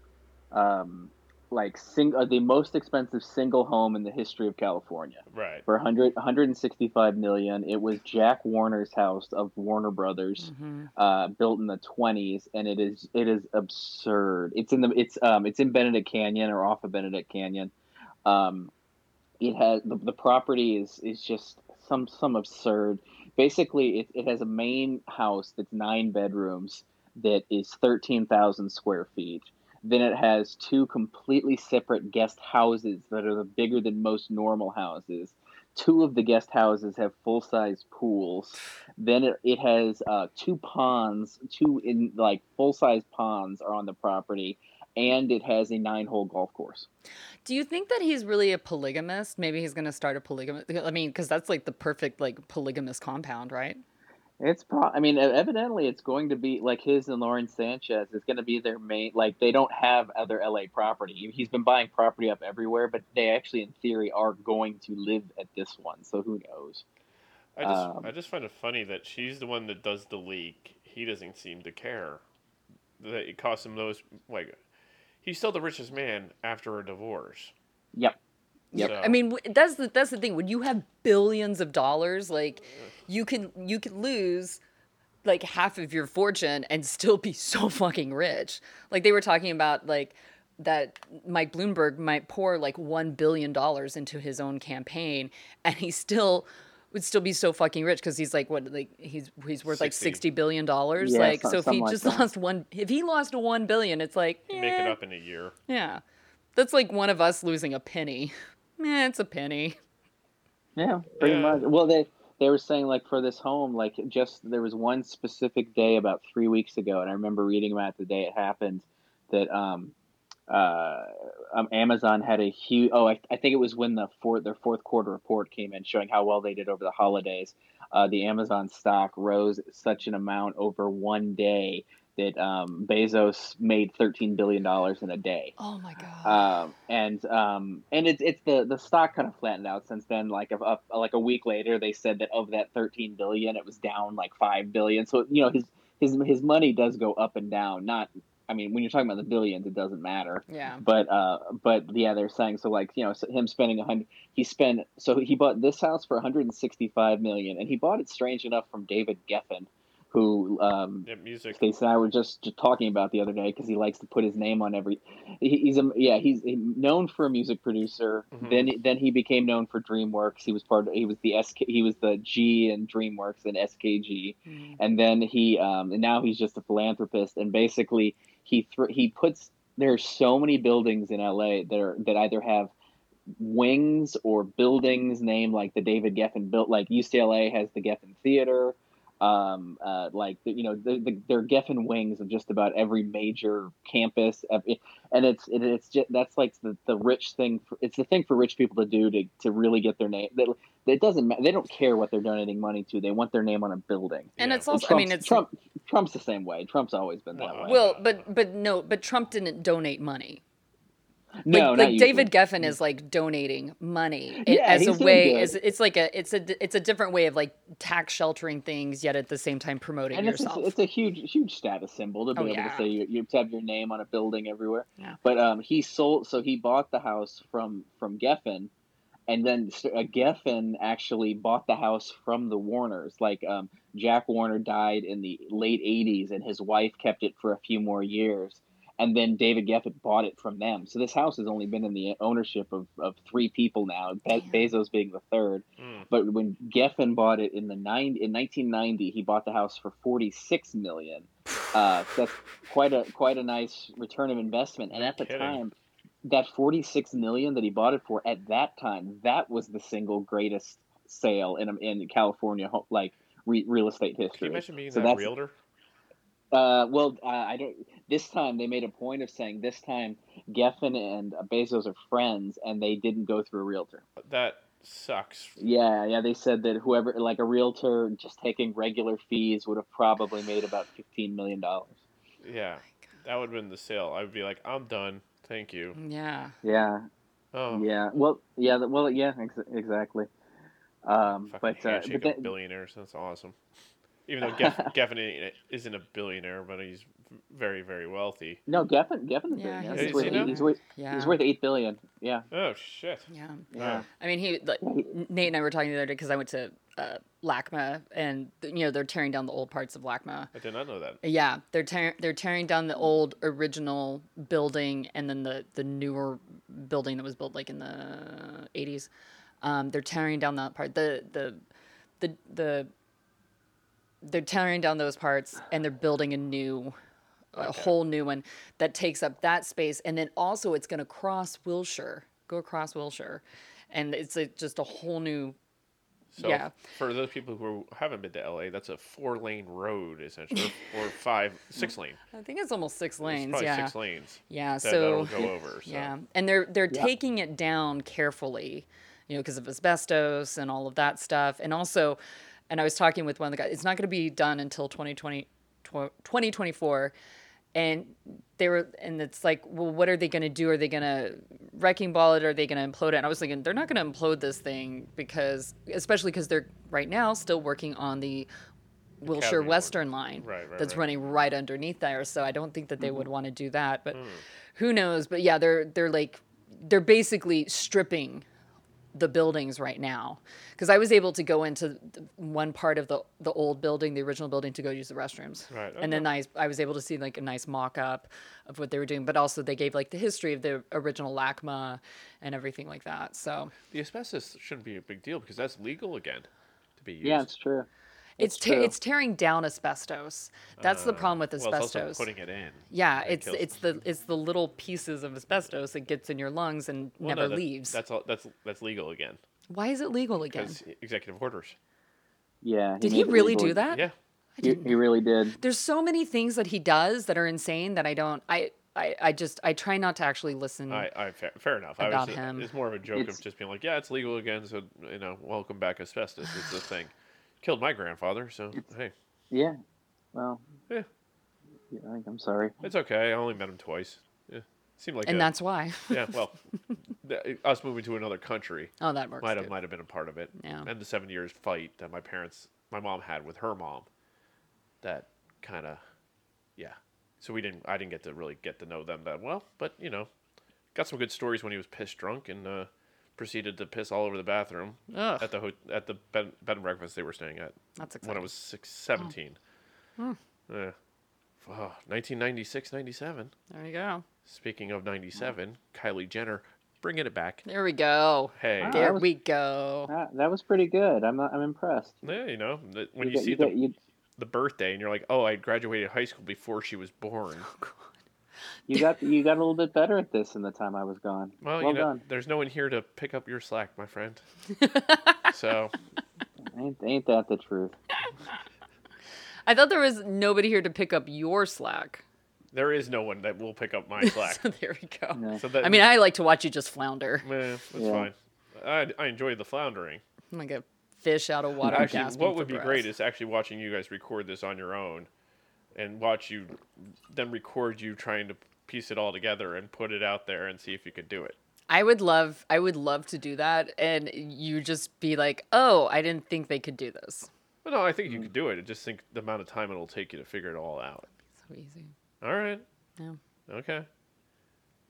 Speaker 2: um, like sing uh, the most expensive single home in the history of California
Speaker 1: Right.
Speaker 2: for 100, 165 million. It was Jack Warner's house of Warner Brothers.
Speaker 3: Mhm.
Speaker 2: Uh, built in the 20s and it is it is absurd it's in the it's um it's in benedict canyon or off of benedict canyon um it has the, the property is is just some some absurd basically it, it has a main house that's nine bedrooms that is 13000 square feet then it has two completely separate guest houses that are the bigger than most normal houses two of the guest houses have full-size pools then it, it has uh, two ponds two in like full-size ponds are on the property and it has a nine-hole golf course
Speaker 3: Do you think that he's really a polygamist? Maybe he's going to start a polygamist. I mean, because that's like the perfect like polygamous compound, right?
Speaker 2: It's pro- I mean, e- evidently, it's going to be like his and Lauren Sanchez. It's going to be their main. Like they don't have other LA property. He's been buying property up everywhere, but they actually, in theory, are going to live at this one. So who knows?
Speaker 1: I just
Speaker 2: Um,
Speaker 1: I just find it funny that she's the one that does the leak. He doesn't seem to care. That it costs him those like he's still the richest man after a divorce.
Speaker 2: Yep. Yep.
Speaker 1: So,
Speaker 3: I mean, w- that's the that's the thing. When you have billions of dollars, like you can you can lose like half of your fortune and still be *laughs* so fucking rich. Like they were talking about like that Mike Bloomberg might pour like 1 billion dollars into his own campaign and he still would still be so fucking rich cuz he's like what like he's he's worth like
Speaker 1: 60.
Speaker 3: 60 billion dollars
Speaker 2: Yeah,
Speaker 3: like
Speaker 2: so-
Speaker 3: so if he
Speaker 2: something like
Speaker 3: just
Speaker 2: that.
Speaker 3: lost one if he lost 1 billion it's like
Speaker 1: make it
Speaker 3: eh.
Speaker 1: up in a year.
Speaker 3: Yeah. That's like one of us losing a penny. *laughs* Eh, it's a penny.
Speaker 2: Yeah, pretty
Speaker 1: Yeah.
Speaker 2: much. Well, they they were saying like for this home, like just there was one specific day about three weeks ago, and I remember reading about the day it happened that um, uh, um Amazon had a huge. Oh, I, I think it was when the fourth their fourth quarter report came in showing how well they did over the holidays. Uh, the Amazon stock rose such an amount over one day that um, Bezos made thirteen billion dollars in a day
Speaker 3: Oh my god.
Speaker 2: um, and um, and it's it's the the stock kind of flattened out since then. Like of up like a week later, they said that of that thirteen billion, it was down like five billion. So you know his his his money does go up and down. Not I mean, when you're talking about the billions, it doesn't matter.
Speaker 3: Yeah.
Speaker 2: But uh, but yeah, they're saying so like you know so him spending a hundred. He spent so he bought this house for 165 million, and he bought it strange enough from David Geffen, who um,
Speaker 1: Yeah, music.
Speaker 2: Stacy and I were just, just talking about the other day because he likes to put his name on every. he- He's a yeah. He's known for a music producer.
Speaker 1: Mhm.
Speaker 2: Then then he became known for DreamWorks. He was part. Of, he was the SK. He was the G in DreamWorks and SKG.
Speaker 3: Mm.
Speaker 2: And then he um and now he's just a philanthropist. And basically he thr he puts there are so many buildings in LA that are that either have wings or buildings named like the David Geffen built like UCLA has the Geffen Theater um, uh, like you know the, the, they're Geffen wings of just about every major campus, of- and it's it, it's just, that's like the, the rich thing. For, it's the thing for rich people to do to, to really get their name. That it doesn't matter. They don't care what they're donating money to. They want their name on a building.
Speaker 3: And
Speaker 1: Yeah.
Speaker 3: it's also, I
Speaker 2: Trump's-
Speaker 3: mean, it's
Speaker 2: Trump. Trump's the same way. Trump's always been that way.
Speaker 3: well, but but no, but Trump didn't donate money.
Speaker 2: no,
Speaker 3: like,
Speaker 2: not
Speaker 3: like
Speaker 2: usually.
Speaker 3: David Geffen is like donating money i-
Speaker 2: Yeah,
Speaker 3: as a
Speaker 2: he's doing
Speaker 3: way
Speaker 2: good.
Speaker 3: as it's like a it's a it's a different way of like tax sheltering things yet at the same time promoting
Speaker 2: And it's,
Speaker 3: yourself.
Speaker 2: it's a huge, huge status symbol to be
Speaker 3: Oh,
Speaker 2: able
Speaker 3: yeah.
Speaker 2: to say you, you to have your name on a building everywhere.
Speaker 3: Yeah.
Speaker 2: But um, he sold, so he bought the house from from Geffen, and then st- uh, Geffen actually bought the house from the Warners. Like um, Jack Warner died in the late '80s, and his wife kept it for a few more years, and then David Geffen bought it from them. So this house has only been in the ownership of of three people now, Be-
Speaker 3: Damn.
Speaker 2: Bezos being the third.
Speaker 1: Mm.
Speaker 2: But when Geffen bought it in the nine in 1990, he bought the house for 46 million. Uh, that's quite a quite a nice return of investment. And
Speaker 1: No
Speaker 2: at the
Speaker 1: kidding.
Speaker 2: time, that 46 million that he bought it for at that time, that was the single greatest sale in in California ho- like re- real estate
Speaker 1: Can you
Speaker 2: history.
Speaker 1: imagine being
Speaker 2: So
Speaker 1: that
Speaker 2: that's-
Speaker 1: realtor?
Speaker 2: Uh, well, uh, I don't. This time they made a point of saying this time Geffen and Bezos are friends, and they didn't go through a realtor.
Speaker 1: That sucks.
Speaker 2: Yeah, yeah, they said that whoever, like a realtor, just taking regular fees would have probably made about fifteen million dollars.
Speaker 1: Yeah, that would have been the sale. I would be like, I'm done. Thank you.
Speaker 3: yeah.
Speaker 2: Yeah,
Speaker 1: Oh,
Speaker 2: yeah. Well, yeah, th- well, yeah, ex- exactly. Um,
Speaker 1: fucking
Speaker 2: but uh,
Speaker 1: handshake
Speaker 2: but
Speaker 1: of
Speaker 2: that,
Speaker 1: billionaires. That's awesome. Even though Geff,
Speaker 2: *laughs*
Speaker 1: Geffen isn't a billionaire, but he's very, very wealthy.
Speaker 2: no, Geffen, Geffen is
Speaker 3: Yeah,
Speaker 2: doing it.
Speaker 1: he's
Speaker 2: He's, worth
Speaker 1: a
Speaker 2: eight, he's, worth,
Speaker 3: Yeah.
Speaker 2: he's worth eight billion. Yeah,
Speaker 1: Oh shit.
Speaker 3: yeah.
Speaker 2: yeah.
Speaker 3: I mean, he like, Nate and I were talking the other day because I went to uh, LACMA and you know they're tearing down the old parts of LACMA.
Speaker 1: I did not know that.
Speaker 3: Yeah, they're tear they're tearing down the old original building and then the the newer building that was built like in the eighties. Um, they're tearing down that part. The the the the they're tearing down those parts and they're building a new a whole new one that takes up that space and then also it's going to cross Wilshire go across Wilshire and it's a, just a whole new
Speaker 1: So
Speaker 3: Yeah.
Speaker 1: for those people who haven't been to LA, that's a four lane road essentially,
Speaker 3: *laughs*
Speaker 1: or or five, six lane.
Speaker 3: I think it's almost six
Speaker 1: It's
Speaker 3: lanes
Speaker 1: probably
Speaker 3: yeah
Speaker 1: six lanes.
Speaker 3: yeah
Speaker 1: That, that'll
Speaker 3: so
Speaker 1: go
Speaker 3: *laughs*
Speaker 1: over. So.
Speaker 3: Yeah, and they're they're
Speaker 2: Yeah.
Speaker 3: taking it down carefully, you know, because of asbestos and all of that stuff, and also, and I was talking with one of the guys. It's not going to be done until 2020, tw- 2024. And they were, and it's like, well, what are they going to do? Are they going to wrecking ball it? Are they going to implode it? And I was thinking, they're not going to implode this thing because, especially because they're right now still working on the Wilshire
Speaker 1: Academy Award.
Speaker 3: Western line
Speaker 1: Right, right, right.
Speaker 3: that's
Speaker 1: Mm-hmm.
Speaker 3: running right underneath there. So I don't think that they would want to do that.
Speaker 1: Mm.
Speaker 3: But who knows? But yeah, they're they're like they're basically stripping the buildings right now because I was able to go into th- one part of the the old building, the original building, to go use the restrooms.
Speaker 1: Right,
Speaker 3: And then I I was able to see like a nice mock up of what they were doing, but also they gave like the history of the original LACMA and everything like that. So
Speaker 1: The asbestos shouldn't be a big deal because that's legal again to be used.
Speaker 2: yeah, it's true.
Speaker 3: it's
Speaker 2: That's
Speaker 3: te-
Speaker 2: true.
Speaker 3: it's tearing down asbestos. That's the problem with
Speaker 1: Uh, Well, it's
Speaker 3: asbestos.
Speaker 1: also putting it in.
Speaker 3: yeah,
Speaker 1: It
Speaker 3: it's
Speaker 1: kills-
Speaker 3: it's the it's the little pieces of asbestos that gets in your lungs and
Speaker 1: Well, no,
Speaker 3: never
Speaker 1: that-
Speaker 3: leaves.
Speaker 1: That's all, that's that's legal again
Speaker 3: Why is it legal again?
Speaker 1: because executive orders.
Speaker 2: Yeah.
Speaker 3: Did he
Speaker 2: made it
Speaker 3: really
Speaker 2: legal.
Speaker 3: do that?
Speaker 1: Yeah,
Speaker 2: He, he really did.
Speaker 3: There's so many things that he does that are insane that I don't. I I, I just I try not to actually listen.
Speaker 1: I, I fair, fair enough. I
Speaker 3: About
Speaker 1: was,
Speaker 3: him.
Speaker 1: It's more of a joke
Speaker 2: It's-
Speaker 1: of just being like, yeah, it's legal again, so you know, welcome back asbestos. It's the
Speaker 3: *sighs*
Speaker 1: thing. Killed my grandfather, so hey,
Speaker 2: Yeah. Well,
Speaker 1: yeah,
Speaker 2: yeah, I think I'm sorry.
Speaker 1: Eh, it's okay. I only met him twice. Yeah, seemed like
Speaker 3: and
Speaker 1: a-
Speaker 3: that's why.
Speaker 1: *laughs* yeah. Well, th- us moving to another country
Speaker 3: Oh, that works.
Speaker 1: might have
Speaker 3: too.
Speaker 1: might have been a part of it.
Speaker 3: Yeah.
Speaker 1: And the seven years fight that my parents, my mom had with her mom, that kind of, yeah, so we didn't. I didn't get to really get to know them that well, but you know, got some good stories when he was pissed drunk and uh, proceeded to piss all over the bathroom
Speaker 3: Ugh.
Speaker 1: at the ho- at the bed, bed and breakfast they were staying at
Speaker 3: That's
Speaker 1: when I
Speaker 3: exciting. Hmm.
Speaker 1: was six, 17. Yeah. Oh, 1996, 97.
Speaker 3: there you go.
Speaker 1: Speaking of 97, Kylie Jenner bringing it back.
Speaker 3: There we go.
Speaker 1: Hey.
Speaker 2: Wow.
Speaker 3: There
Speaker 2: was-
Speaker 3: we go.
Speaker 2: That, that was pretty good. I'm I'm impressed.
Speaker 1: Yeah, you know, the, when you,
Speaker 2: got-
Speaker 1: see
Speaker 2: got-
Speaker 1: the,
Speaker 2: you,
Speaker 1: the birthday and you're like, oh, I graduated high school before she was born.
Speaker 2: you got you got a little bit better at this in the time I was gone.
Speaker 1: Well,
Speaker 2: Well,
Speaker 1: you know,
Speaker 2: done.
Speaker 1: there's no one here to pick up your slack, my
Speaker 3: *laughs*
Speaker 1: friend. so,
Speaker 2: Ain't, ain't that the truth?
Speaker 3: I thought there was nobody here to pick up your slack.
Speaker 1: there is no one that will pick up my slack.
Speaker 3: *laughs* so there we go.
Speaker 2: Yeah.
Speaker 1: so that,
Speaker 3: I mean, I like to watch you just flounder.
Speaker 1: eh, that's
Speaker 2: Yeah.
Speaker 1: fine. I, I enjoy the floundering.
Speaker 3: I'm like a fish out of water.
Speaker 1: actually,
Speaker 3: gasping
Speaker 1: what
Speaker 3: for
Speaker 1: would be
Speaker 3: breath.
Speaker 1: great is actually watching you guys record this on your own, and watch you, then record you trying to piece it all together and put it out there and see if you could do it.
Speaker 3: I would love, I would love to do that, and you just be like, "Oh, I didn't think they could do this."
Speaker 1: But no, I think you could do it. I just think the amount of time it'll take you to figure it all out.
Speaker 3: So easy.
Speaker 1: All right.
Speaker 3: Yeah.
Speaker 1: Okay.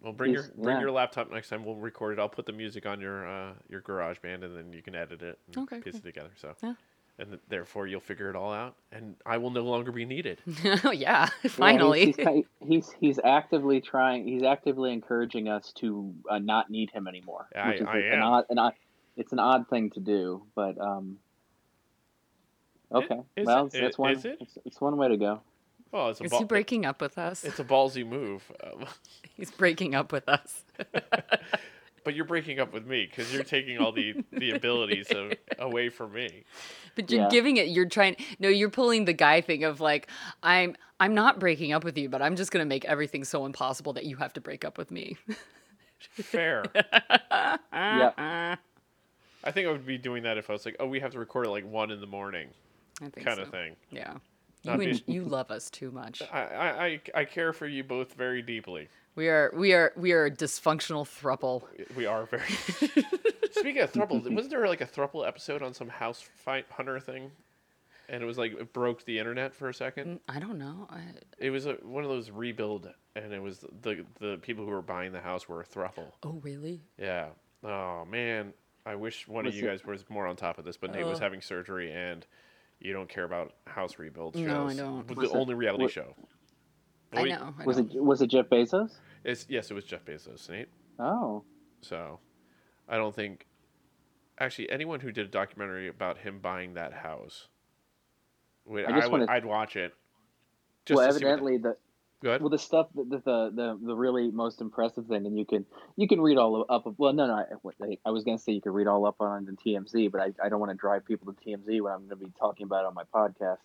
Speaker 1: Well, bring your
Speaker 2: Yes,
Speaker 1: bring
Speaker 2: yeah.
Speaker 1: your laptop next time. We'll record it. I'll put the music on your uh, your garage band, and then you can edit it and
Speaker 3: Okay,
Speaker 1: piece
Speaker 3: cool.
Speaker 1: it together. So,
Speaker 3: Yeah.
Speaker 1: and th- therefore you'll figure it all out, and I will no longer be needed.
Speaker 3: oh *laughs* yeah,
Speaker 2: Yeah,
Speaker 3: *laughs* finally.
Speaker 2: he's, he's, he's he's actively trying. He's actively encouraging us to uh, not need him anymore.
Speaker 1: I-
Speaker 2: which is
Speaker 1: I
Speaker 2: an
Speaker 1: am.
Speaker 2: odd- an odd- it's an odd thing to do, but um. Okay.
Speaker 1: is
Speaker 2: well,
Speaker 1: it-
Speaker 2: that's one.
Speaker 1: is it?
Speaker 2: It's, it's one way to go.
Speaker 1: Well, Oh, it's a
Speaker 3: Is
Speaker 1: ball-
Speaker 3: he breaking up with us?
Speaker 1: It's a ballsy move, um,
Speaker 3: *laughs*
Speaker 1: *laughs*
Speaker 3: He's breaking up with us.
Speaker 1: but you're breaking up with me because you're taking all the the abilities
Speaker 3: *laughs*
Speaker 1: of, away from me.
Speaker 3: But you're
Speaker 2: Yeah.
Speaker 3: giving it. You're trying. No, you're pulling the guy thing of like, I'm. I'm not breaking up with you, but I'm just gonna make everything so impossible that you have to break up
Speaker 1: *laughs*
Speaker 3: with me.
Speaker 1: Fair.
Speaker 2: Yeah.
Speaker 3: I
Speaker 1: I think I would be doing that if I was like, oh, we have to record at like one in the morning,
Speaker 3: think
Speaker 1: kind
Speaker 3: so.
Speaker 1: of thing.
Speaker 3: Yeah. You,
Speaker 1: Not
Speaker 3: en-
Speaker 1: be-
Speaker 3: you love us
Speaker 1: *laughs*
Speaker 3: too much.
Speaker 1: I, I I- I care for you both very deeply.
Speaker 3: We are we are we are a dysfunctional thruple.
Speaker 1: We are very.
Speaker 3: *laughs*
Speaker 1: Speaking of thruple, wasn't there like a thruple episode on some house fight hunter thing? And it was like it broke the internet for a second.
Speaker 3: I don't know. I,
Speaker 1: It was a, one of those rebuild, and it was the the people who were buying the house were a thruple.
Speaker 3: oh really?
Speaker 1: Yeah. Oh man, I wish one
Speaker 2: Was
Speaker 1: of you
Speaker 2: it-
Speaker 1: guys was more on top of this. But Nate was
Speaker 3: Ugh.
Speaker 1: having surgery, and you don't care about house rebuild shows.
Speaker 3: No, I don't.
Speaker 1: The
Speaker 2: Was it-
Speaker 1: only reality
Speaker 2: what-
Speaker 1: show.
Speaker 3: I
Speaker 1: Wait,
Speaker 3: know. I
Speaker 2: Was
Speaker 3: know.
Speaker 2: it was it Jeff Bezos?
Speaker 1: It's yes, it was Jeff Bezos, Nate.
Speaker 2: Oh,
Speaker 1: So I don't think actually anyone who did a documentary about him buying that house would
Speaker 2: I
Speaker 1: I,
Speaker 2: just
Speaker 1: would
Speaker 2: wanna-
Speaker 1: I'd watch it.
Speaker 2: well,
Speaker 1: to see what
Speaker 2: evidently the
Speaker 1: the, go ahead.
Speaker 2: well the stuff the, the the the really most impressive thing, and you can you can read all up. Of, well, no, no, I, I was gonna say you could read all up on it in TMZ, but I, I don't want to drive people to TMZ when I'm gonna be talking about it on my podcast.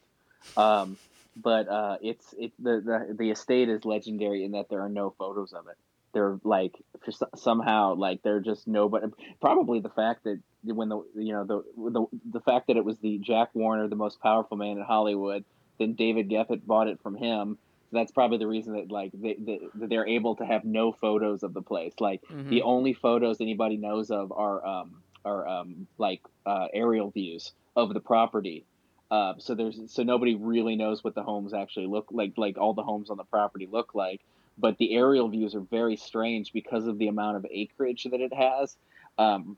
Speaker 2: Um, but uh, it's it the, the the estate is legendary in that there are no photos of it. They're like for so- somehow like they're just nobody. Probably the fact that when the you know the the the fact that it was the Jack Warner, the most powerful man in Hollywood, then David Geffen bought it from him. So that's probably the reason that like they, they that they're able to have no photos of the place. Like the only photos anybody knows of are um are um like uh, aerial views of the property. Uh, so there's so nobody really knows what the homes actually look like. Like all the homes on the property look like, but the aerial views are very strange because of the amount of acreage that it has. Um,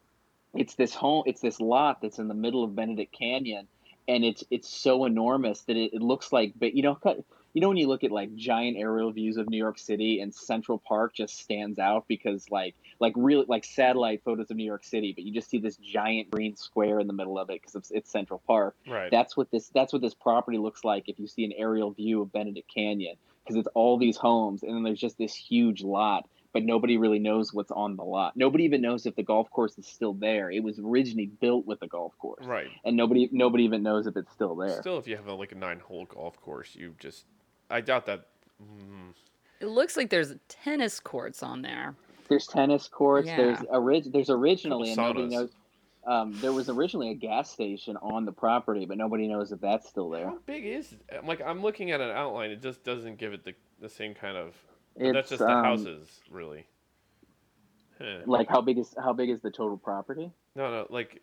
Speaker 2: it's this home. It's this lot that's in the middle of Benedict Canyon, and it's it's so enormous that it, it looks like. But you know, cut- you know when you look at like giant aerial views of New York City and Central Park just stands out because like like real like satellite photos of New York City, but you just see this giant green square in the middle of it because it's, it's Central Park.
Speaker 1: right.
Speaker 2: That's what this that's what this property looks like if you see an aerial view of Benedict Canyon because it's all these homes and then there's just this huge lot, but nobody really knows what's on the lot. Nobody even knows if the golf course is still there. It was originally built with the golf course,
Speaker 1: right.
Speaker 2: and nobody nobody even knows if it's still there.
Speaker 1: Still if you have a, like a 9-hole golf course, you just I doubt that mm,
Speaker 3: It looks like there's tennis courts on there.
Speaker 2: There's tennis courts.
Speaker 3: Yeah.
Speaker 2: There's orig- There's originally, and nobody
Speaker 1: saunas.
Speaker 2: knows. Um, there was originally a gas station on the property, but nobody knows if that's still there.
Speaker 1: how big is it? like I'm looking at an outline, it just doesn't give it the, the same kind of
Speaker 2: It's,
Speaker 1: that's just the
Speaker 2: um,
Speaker 1: houses really. Huh.
Speaker 2: Like how big is how big is the total property?
Speaker 1: No, no, like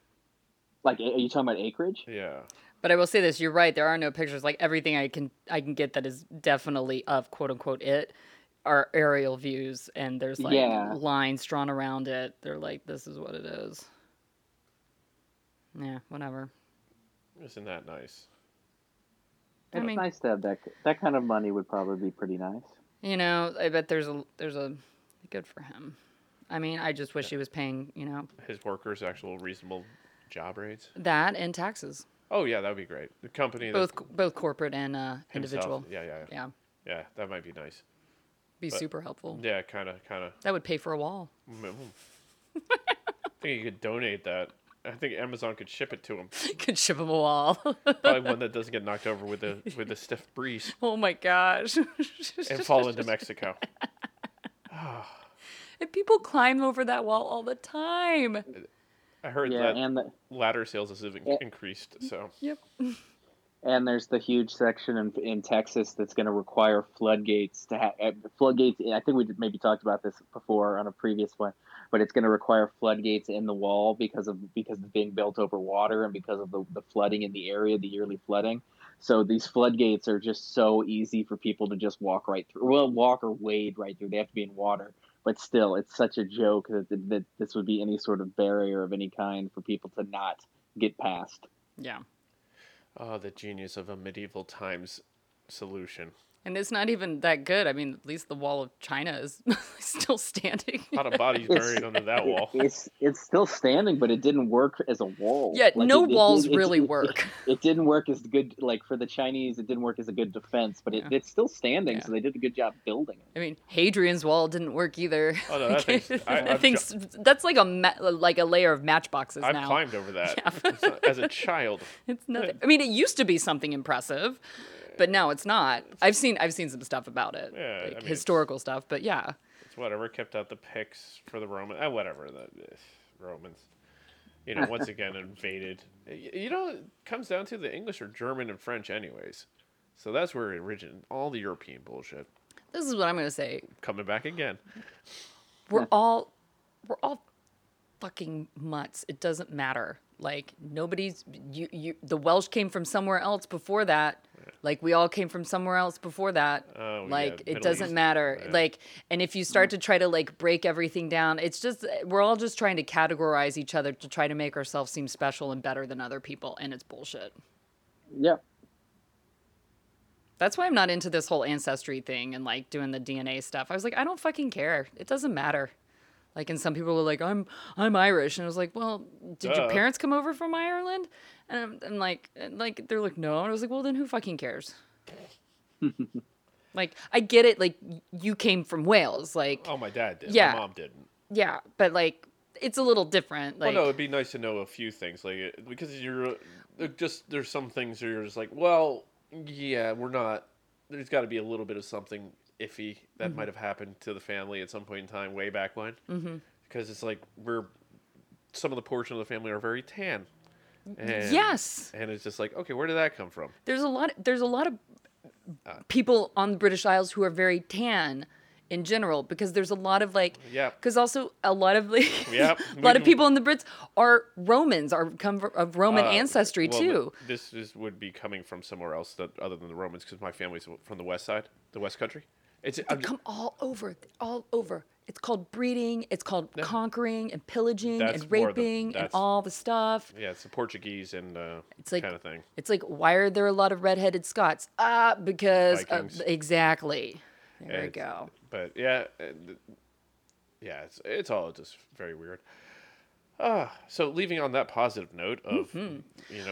Speaker 2: Like, a- are you talking about acreage?
Speaker 1: yeah.
Speaker 3: But I will say this: you're right. There are no pictures. Like everything I can I can get that is definitely of quote unquote it are aerial views, and there's like
Speaker 2: Yeah.
Speaker 3: lines drawn around it. They're like, this is what it is. Yeah, whatever.
Speaker 1: Isn't that nice?
Speaker 3: I
Speaker 2: It's
Speaker 3: mean-
Speaker 2: nice to have that. That kind of money would probably be pretty nice.
Speaker 3: You know, I bet there's a there's a good for him. I mean, I just wish he was paying, you know,
Speaker 1: His workers' actual reasonable job rates.
Speaker 3: that and taxes,
Speaker 1: Oh yeah, that would be great. The company that
Speaker 3: both both corporate and uh,
Speaker 1: himself-
Speaker 3: individual.
Speaker 1: Yeah, yeah, yeah,
Speaker 3: Yeah,
Speaker 1: yeah. That might be nice.
Speaker 3: be
Speaker 1: But-
Speaker 3: super helpful.
Speaker 1: Yeah, kind of, kind of.
Speaker 3: That would pay for a wall.
Speaker 1: I mm.
Speaker 3: *laughs*
Speaker 1: think you could donate that. I think Amazon could ship it to him.
Speaker 3: *laughs* Could ship him a wall. *laughs*
Speaker 1: Probably one that doesn't get knocked over with a with a stiff
Speaker 3: *laughs*
Speaker 1: breeze
Speaker 3: oh my gosh. *laughs*
Speaker 1: and fall into Mexico. Ah,
Speaker 3: And people climb over that wall all the time.
Speaker 1: I heard
Speaker 2: Yeah,
Speaker 1: that
Speaker 2: and the,
Speaker 1: ladder sales has even
Speaker 2: Yeah.
Speaker 1: increased. So
Speaker 3: Yep.
Speaker 2: and there's the huge section in, in Texas that's going to require floodgates to have floodgates. I think we maybe talked about this before on a previous one, but it's going to require floodgates in the wall because of because it's being built over water and because of the, the flooding in the area, the yearly flooding. So these floodgates are just so easy for people to just walk right through. Well, walk or wade right through. They have to be in water. But still, it's such a joke that, that this would be any sort of barrier of any kind for people to not get past.
Speaker 3: Yeah.
Speaker 1: Oh, the genius of a medieval times
Speaker 3: *laughs*
Speaker 1: solution.
Speaker 3: And it's not even that good. I mean, at least the wall of China is *laughs* still standing.
Speaker 1: A lot of bodies buried under that wall.
Speaker 2: It's it's still standing, but it didn't work as a wall.
Speaker 3: Yeah,
Speaker 2: Like,
Speaker 3: no
Speaker 2: it- it
Speaker 3: walls
Speaker 2: didn't- it-
Speaker 3: really
Speaker 2: it-
Speaker 3: work.
Speaker 2: *laughs* It, didn't work as good, like for the Chinese, it didn't work as a good defense, but it,
Speaker 3: Yeah.
Speaker 2: it's still standing,
Speaker 3: Yeah.
Speaker 2: so they did a good job building it.
Speaker 3: I mean, Hadrian's wall didn't work either. *laughs*
Speaker 1: Oh, no, that thing's- I-
Speaker 3: I
Speaker 1: I've
Speaker 3: think
Speaker 1: ju-
Speaker 3: s- that's like a ma- like a layer of matchboxes
Speaker 1: I've
Speaker 3: now.
Speaker 1: climbed over that
Speaker 3: *laughs* Yeah.
Speaker 1: It's not- as a child.
Speaker 3: It's nothing. I mean, it used to be something impressive, but now it's not. I've seen I've seen some stuff about it,
Speaker 1: Yeah, I
Speaker 3: like
Speaker 1: mean, it's-
Speaker 3: historical stuff. But yeah,
Speaker 1: It's whatever kept out the Picts for the Roman. Uh, whatever the eh, Romans, you know, once again invaded. Y- You know, it comes down to the English or German and French, anyways. So that's where it originated. All the European bullshit
Speaker 3: this is what I'm gonna say.
Speaker 1: coming back again.
Speaker 3: We're all we're all fucking mutts. It doesn't matter. Like nobody's you you. The Welsh came from somewhere else before that. Like we all came from somewhere else before that.
Speaker 1: Oh, yeah,
Speaker 3: like it
Speaker 1: Middle
Speaker 3: doesn't
Speaker 1: East.
Speaker 3: matter.
Speaker 1: Yeah.
Speaker 3: Like and if you start to try to like break everything down, it's just we're all just trying to categorize each other to try to make ourselves seem special and better than other people, and it's bullshit.
Speaker 2: Yeah,
Speaker 3: That's why I'm not into this whole ancestry thing and like doing the DNA stuff. I was like, I don't fucking care. It doesn't matter. Like, and some people were like, I'm I'm Irish, and I was like, well, did your
Speaker 1: Duh.
Speaker 3: parents come over from Ireland? And I'm, and like, and like they're like, no. And I was like, well, then who
Speaker 1: *laughs*
Speaker 3: fucking cares? like, I get it. Like, y- you came from Wales. Like,
Speaker 1: Oh, my dad did.
Speaker 3: Yeah.
Speaker 1: My mom didn't.
Speaker 3: yeah, but like, it's a little different. Like,
Speaker 1: well, no, it'd be nice to know a few things, like it- because you're uh, just there's some things where you're just like, well, yeah, we're not. There's got to be a little bit of something iffy that
Speaker 3: Mm-hmm.
Speaker 1: might have happened to the family at some point in time, way back when, mm-hmm. because it's like we're some of the portion of the family are very tan. And,
Speaker 3: yes.
Speaker 1: and it's just like, okay, where did that come from?
Speaker 3: there's a lot there's a lot of
Speaker 1: Uh.
Speaker 3: people on the British Isles who are very tan in general because there's a lot of like
Speaker 1: Yep.
Speaker 3: because also a lot
Speaker 1: *laughs*
Speaker 3: of like
Speaker 1: Yep.
Speaker 3: *laughs* a lot of
Speaker 1: We-
Speaker 3: people in the Brits are Romans are come from, of Roman
Speaker 1: Uh,
Speaker 3: ancestry
Speaker 1: well,
Speaker 3: too.
Speaker 1: This is, would be coming from somewhere else that other than the Romans, because my family's from the West Side, the West Country. It's uh, I'm
Speaker 3: Come all over all over. It's called breeding. It's called conquering and pillaging
Speaker 1: That's
Speaker 3: and
Speaker 1: more the-
Speaker 3: raping and
Speaker 1: that's-
Speaker 3: all the stuff.
Speaker 1: Yeah, it's the Portuguese and uh,
Speaker 3: It's like-
Speaker 1: kind of thing.
Speaker 3: It's like why are there a lot of redheaded Scots? Ah, because uh,
Speaker 1: Vikings.
Speaker 3: exactly. There we
Speaker 1: It's-
Speaker 3: go.
Speaker 1: But yeah, and- yeah, it's it's all just very weird. Ah, so leaving on that positive note of you know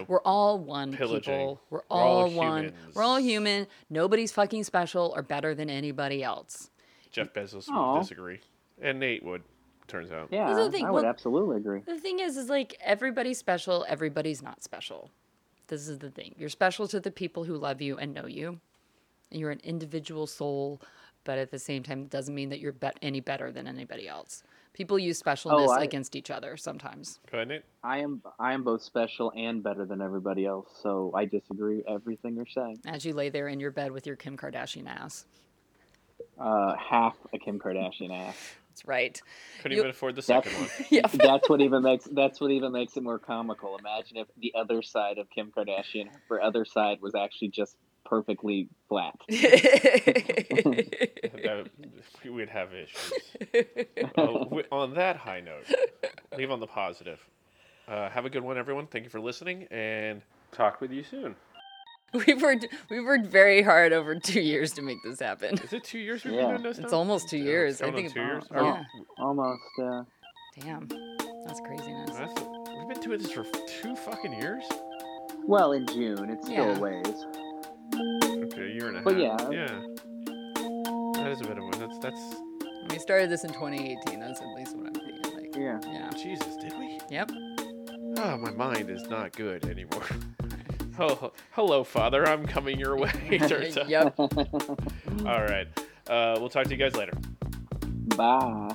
Speaker 3: Mm-hmm. We're all one
Speaker 1: Pillaging.
Speaker 3: people. We're
Speaker 1: We're all
Speaker 3: all, one. We're all
Speaker 1: humans.
Speaker 3: human. Nobody's fucking special or better than anybody else.
Speaker 1: Jeff Bezos
Speaker 2: Aw.
Speaker 1: would disagree, and Nate would. Turns out,
Speaker 2: yeah,
Speaker 3: That's the thing,
Speaker 2: I would
Speaker 3: well-
Speaker 2: absolutely agree.
Speaker 3: The thing is, is like everybody's special. Everybody's not special. This is the thing. You're special to the people who love you and know you. And You're an individual soul, but at the same time, it doesn't mean that you're bet any better than anybody else. People use specialness
Speaker 2: I-
Speaker 3: against each other sometimes.
Speaker 1: go ahead, Nate.
Speaker 2: I am I am both special and better than everybody else, so I disagree with everything you're saying.
Speaker 3: As you lay there in your bed with your Kim Kardashian ass. *laughs*
Speaker 2: Uh, half a Kim Kardashian ass.
Speaker 3: That's right.
Speaker 1: Couldn't
Speaker 3: You-
Speaker 1: even afford the second
Speaker 3: *laughs*
Speaker 1: one.
Speaker 2: *laughs*
Speaker 3: Yeah.
Speaker 2: that's what even makes that's what even makes it more comical. Imagine if the other side of Kim Kardashian, her other side, was actually just perfectly flat.
Speaker 1: That, we'd have
Speaker 3: *laughs*
Speaker 1: issues. Uh, wi- on that high note, leave on the positive. Uh, have a good one, everyone. Thank you for listening, and talk with you soon.
Speaker 3: *laughs* we've worked we've worked very hard over two years to make this happen.
Speaker 1: Is it two years we've
Speaker 2: Yeah.
Speaker 1: been doing this?
Speaker 3: It's
Speaker 1: now?
Speaker 3: almost two
Speaker 1: Yeah,
Speaker 3: years. I
Speaker 1: coming
Speaker 3: think
Speaker 1: up two years. Oh,
Speaker 3: it's
Speaker 1: Are we-
Speaker 3: yeah.
Speaker 2: Almost. Uh,
Speaker 3: Damn, that's craziness.
Speaker 1: that's- we've been doing this for two fucking years.
Speaker 2: well, in June, it's still
Speaker 3: Yeah.
Speaker 2: a ways.
Speaker 1: Okay, a year and a half.
Speaker 2: But yeah.
Speaker 1: yeah. That is a bit of a. That's that's.
Speaker 3: We started this in 2018. That's at least what I'm thinking. Like,
Speaker 2: Yeah.
Speaker 3: yeah.
Speaker 1: Jesus, did we?
Speaker 3: Yep.
Speaker 1: Ah, my mind is not good anymore. *laughs* oh, hello, Father. I'm coming your
Speaker 2: *laughs*
Speaker 1: way. turns out.
Speaker 3: *laughs* yep. *laughs*
Speaker 1: All right. Uh, we'll talk to you guys later.
Speaker 2: Bye.